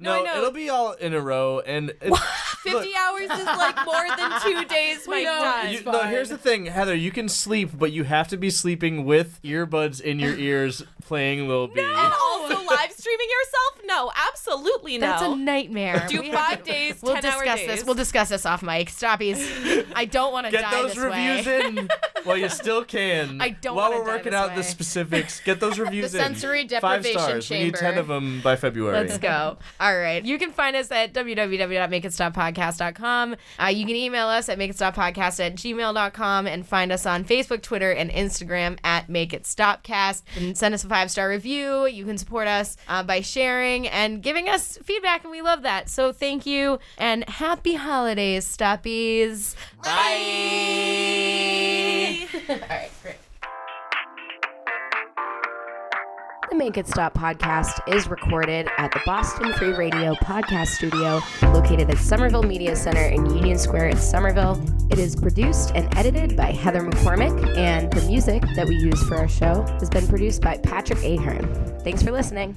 S1: No,
S3: I know.
S1: it'll be all in a row, and it's,
S3: Fifty hours is like more
S2: *laughs*
S3: than two days. My God.
S1: you, no, here's the thing, Heather. You can sleep, but you have to be sleeping with earbuds in
S2: *laughs*
S1: your ears, playing Lil B.
S3: and also live streaming yourself? No, absolutely no.
S2: That's a nightmare.
S3: Do
S2: We have
S3: five
S2: to-
S3: days,
S2: We'll
S3: 10 hour
S2: discuss
S3: days.
S2: this. We'll discuss this off mic. Stoppies. I don't want to
S1: Get
S2: die
S1: those
S2: this
S1: reviews
S2: way.
S1: in while you still
S2: *laughs*
S1: can.
S2: I don't
S1: While
S2: wanna
S1: we're
S2: die
S1: working
S2: this
S1: out
S2: way.
S1: the specifics,
S2: *laughs*
S1: get those reviews in.
S4: sensory deprivation
S1: Five stars. We need
S4: chamber.
S1: ten of them by February.
S2: Let's go. All right. You can find us at www.makeitstoppodcast.com. Uh, you can email us at makeitstoppodcast at gmail.com and find us on Facebook, Twitter, and Instagram at Make It Stopcast.
S3: Mm-hmm.
S2: And send us a five star review. You can support us uh, by sharing and giving us feedback, and we love that. So thank you and happy holidays, Stoppies. Bye. All right, great. The Make It Stop podcast is recorded at the Boston Free Radio podcast studio located at Somerville Media Center in Union Square in Somerville. It is produced and edited by Heather McCormick, and the music that we use for our show has been produced by Patrick Ahern. Thanks for listening.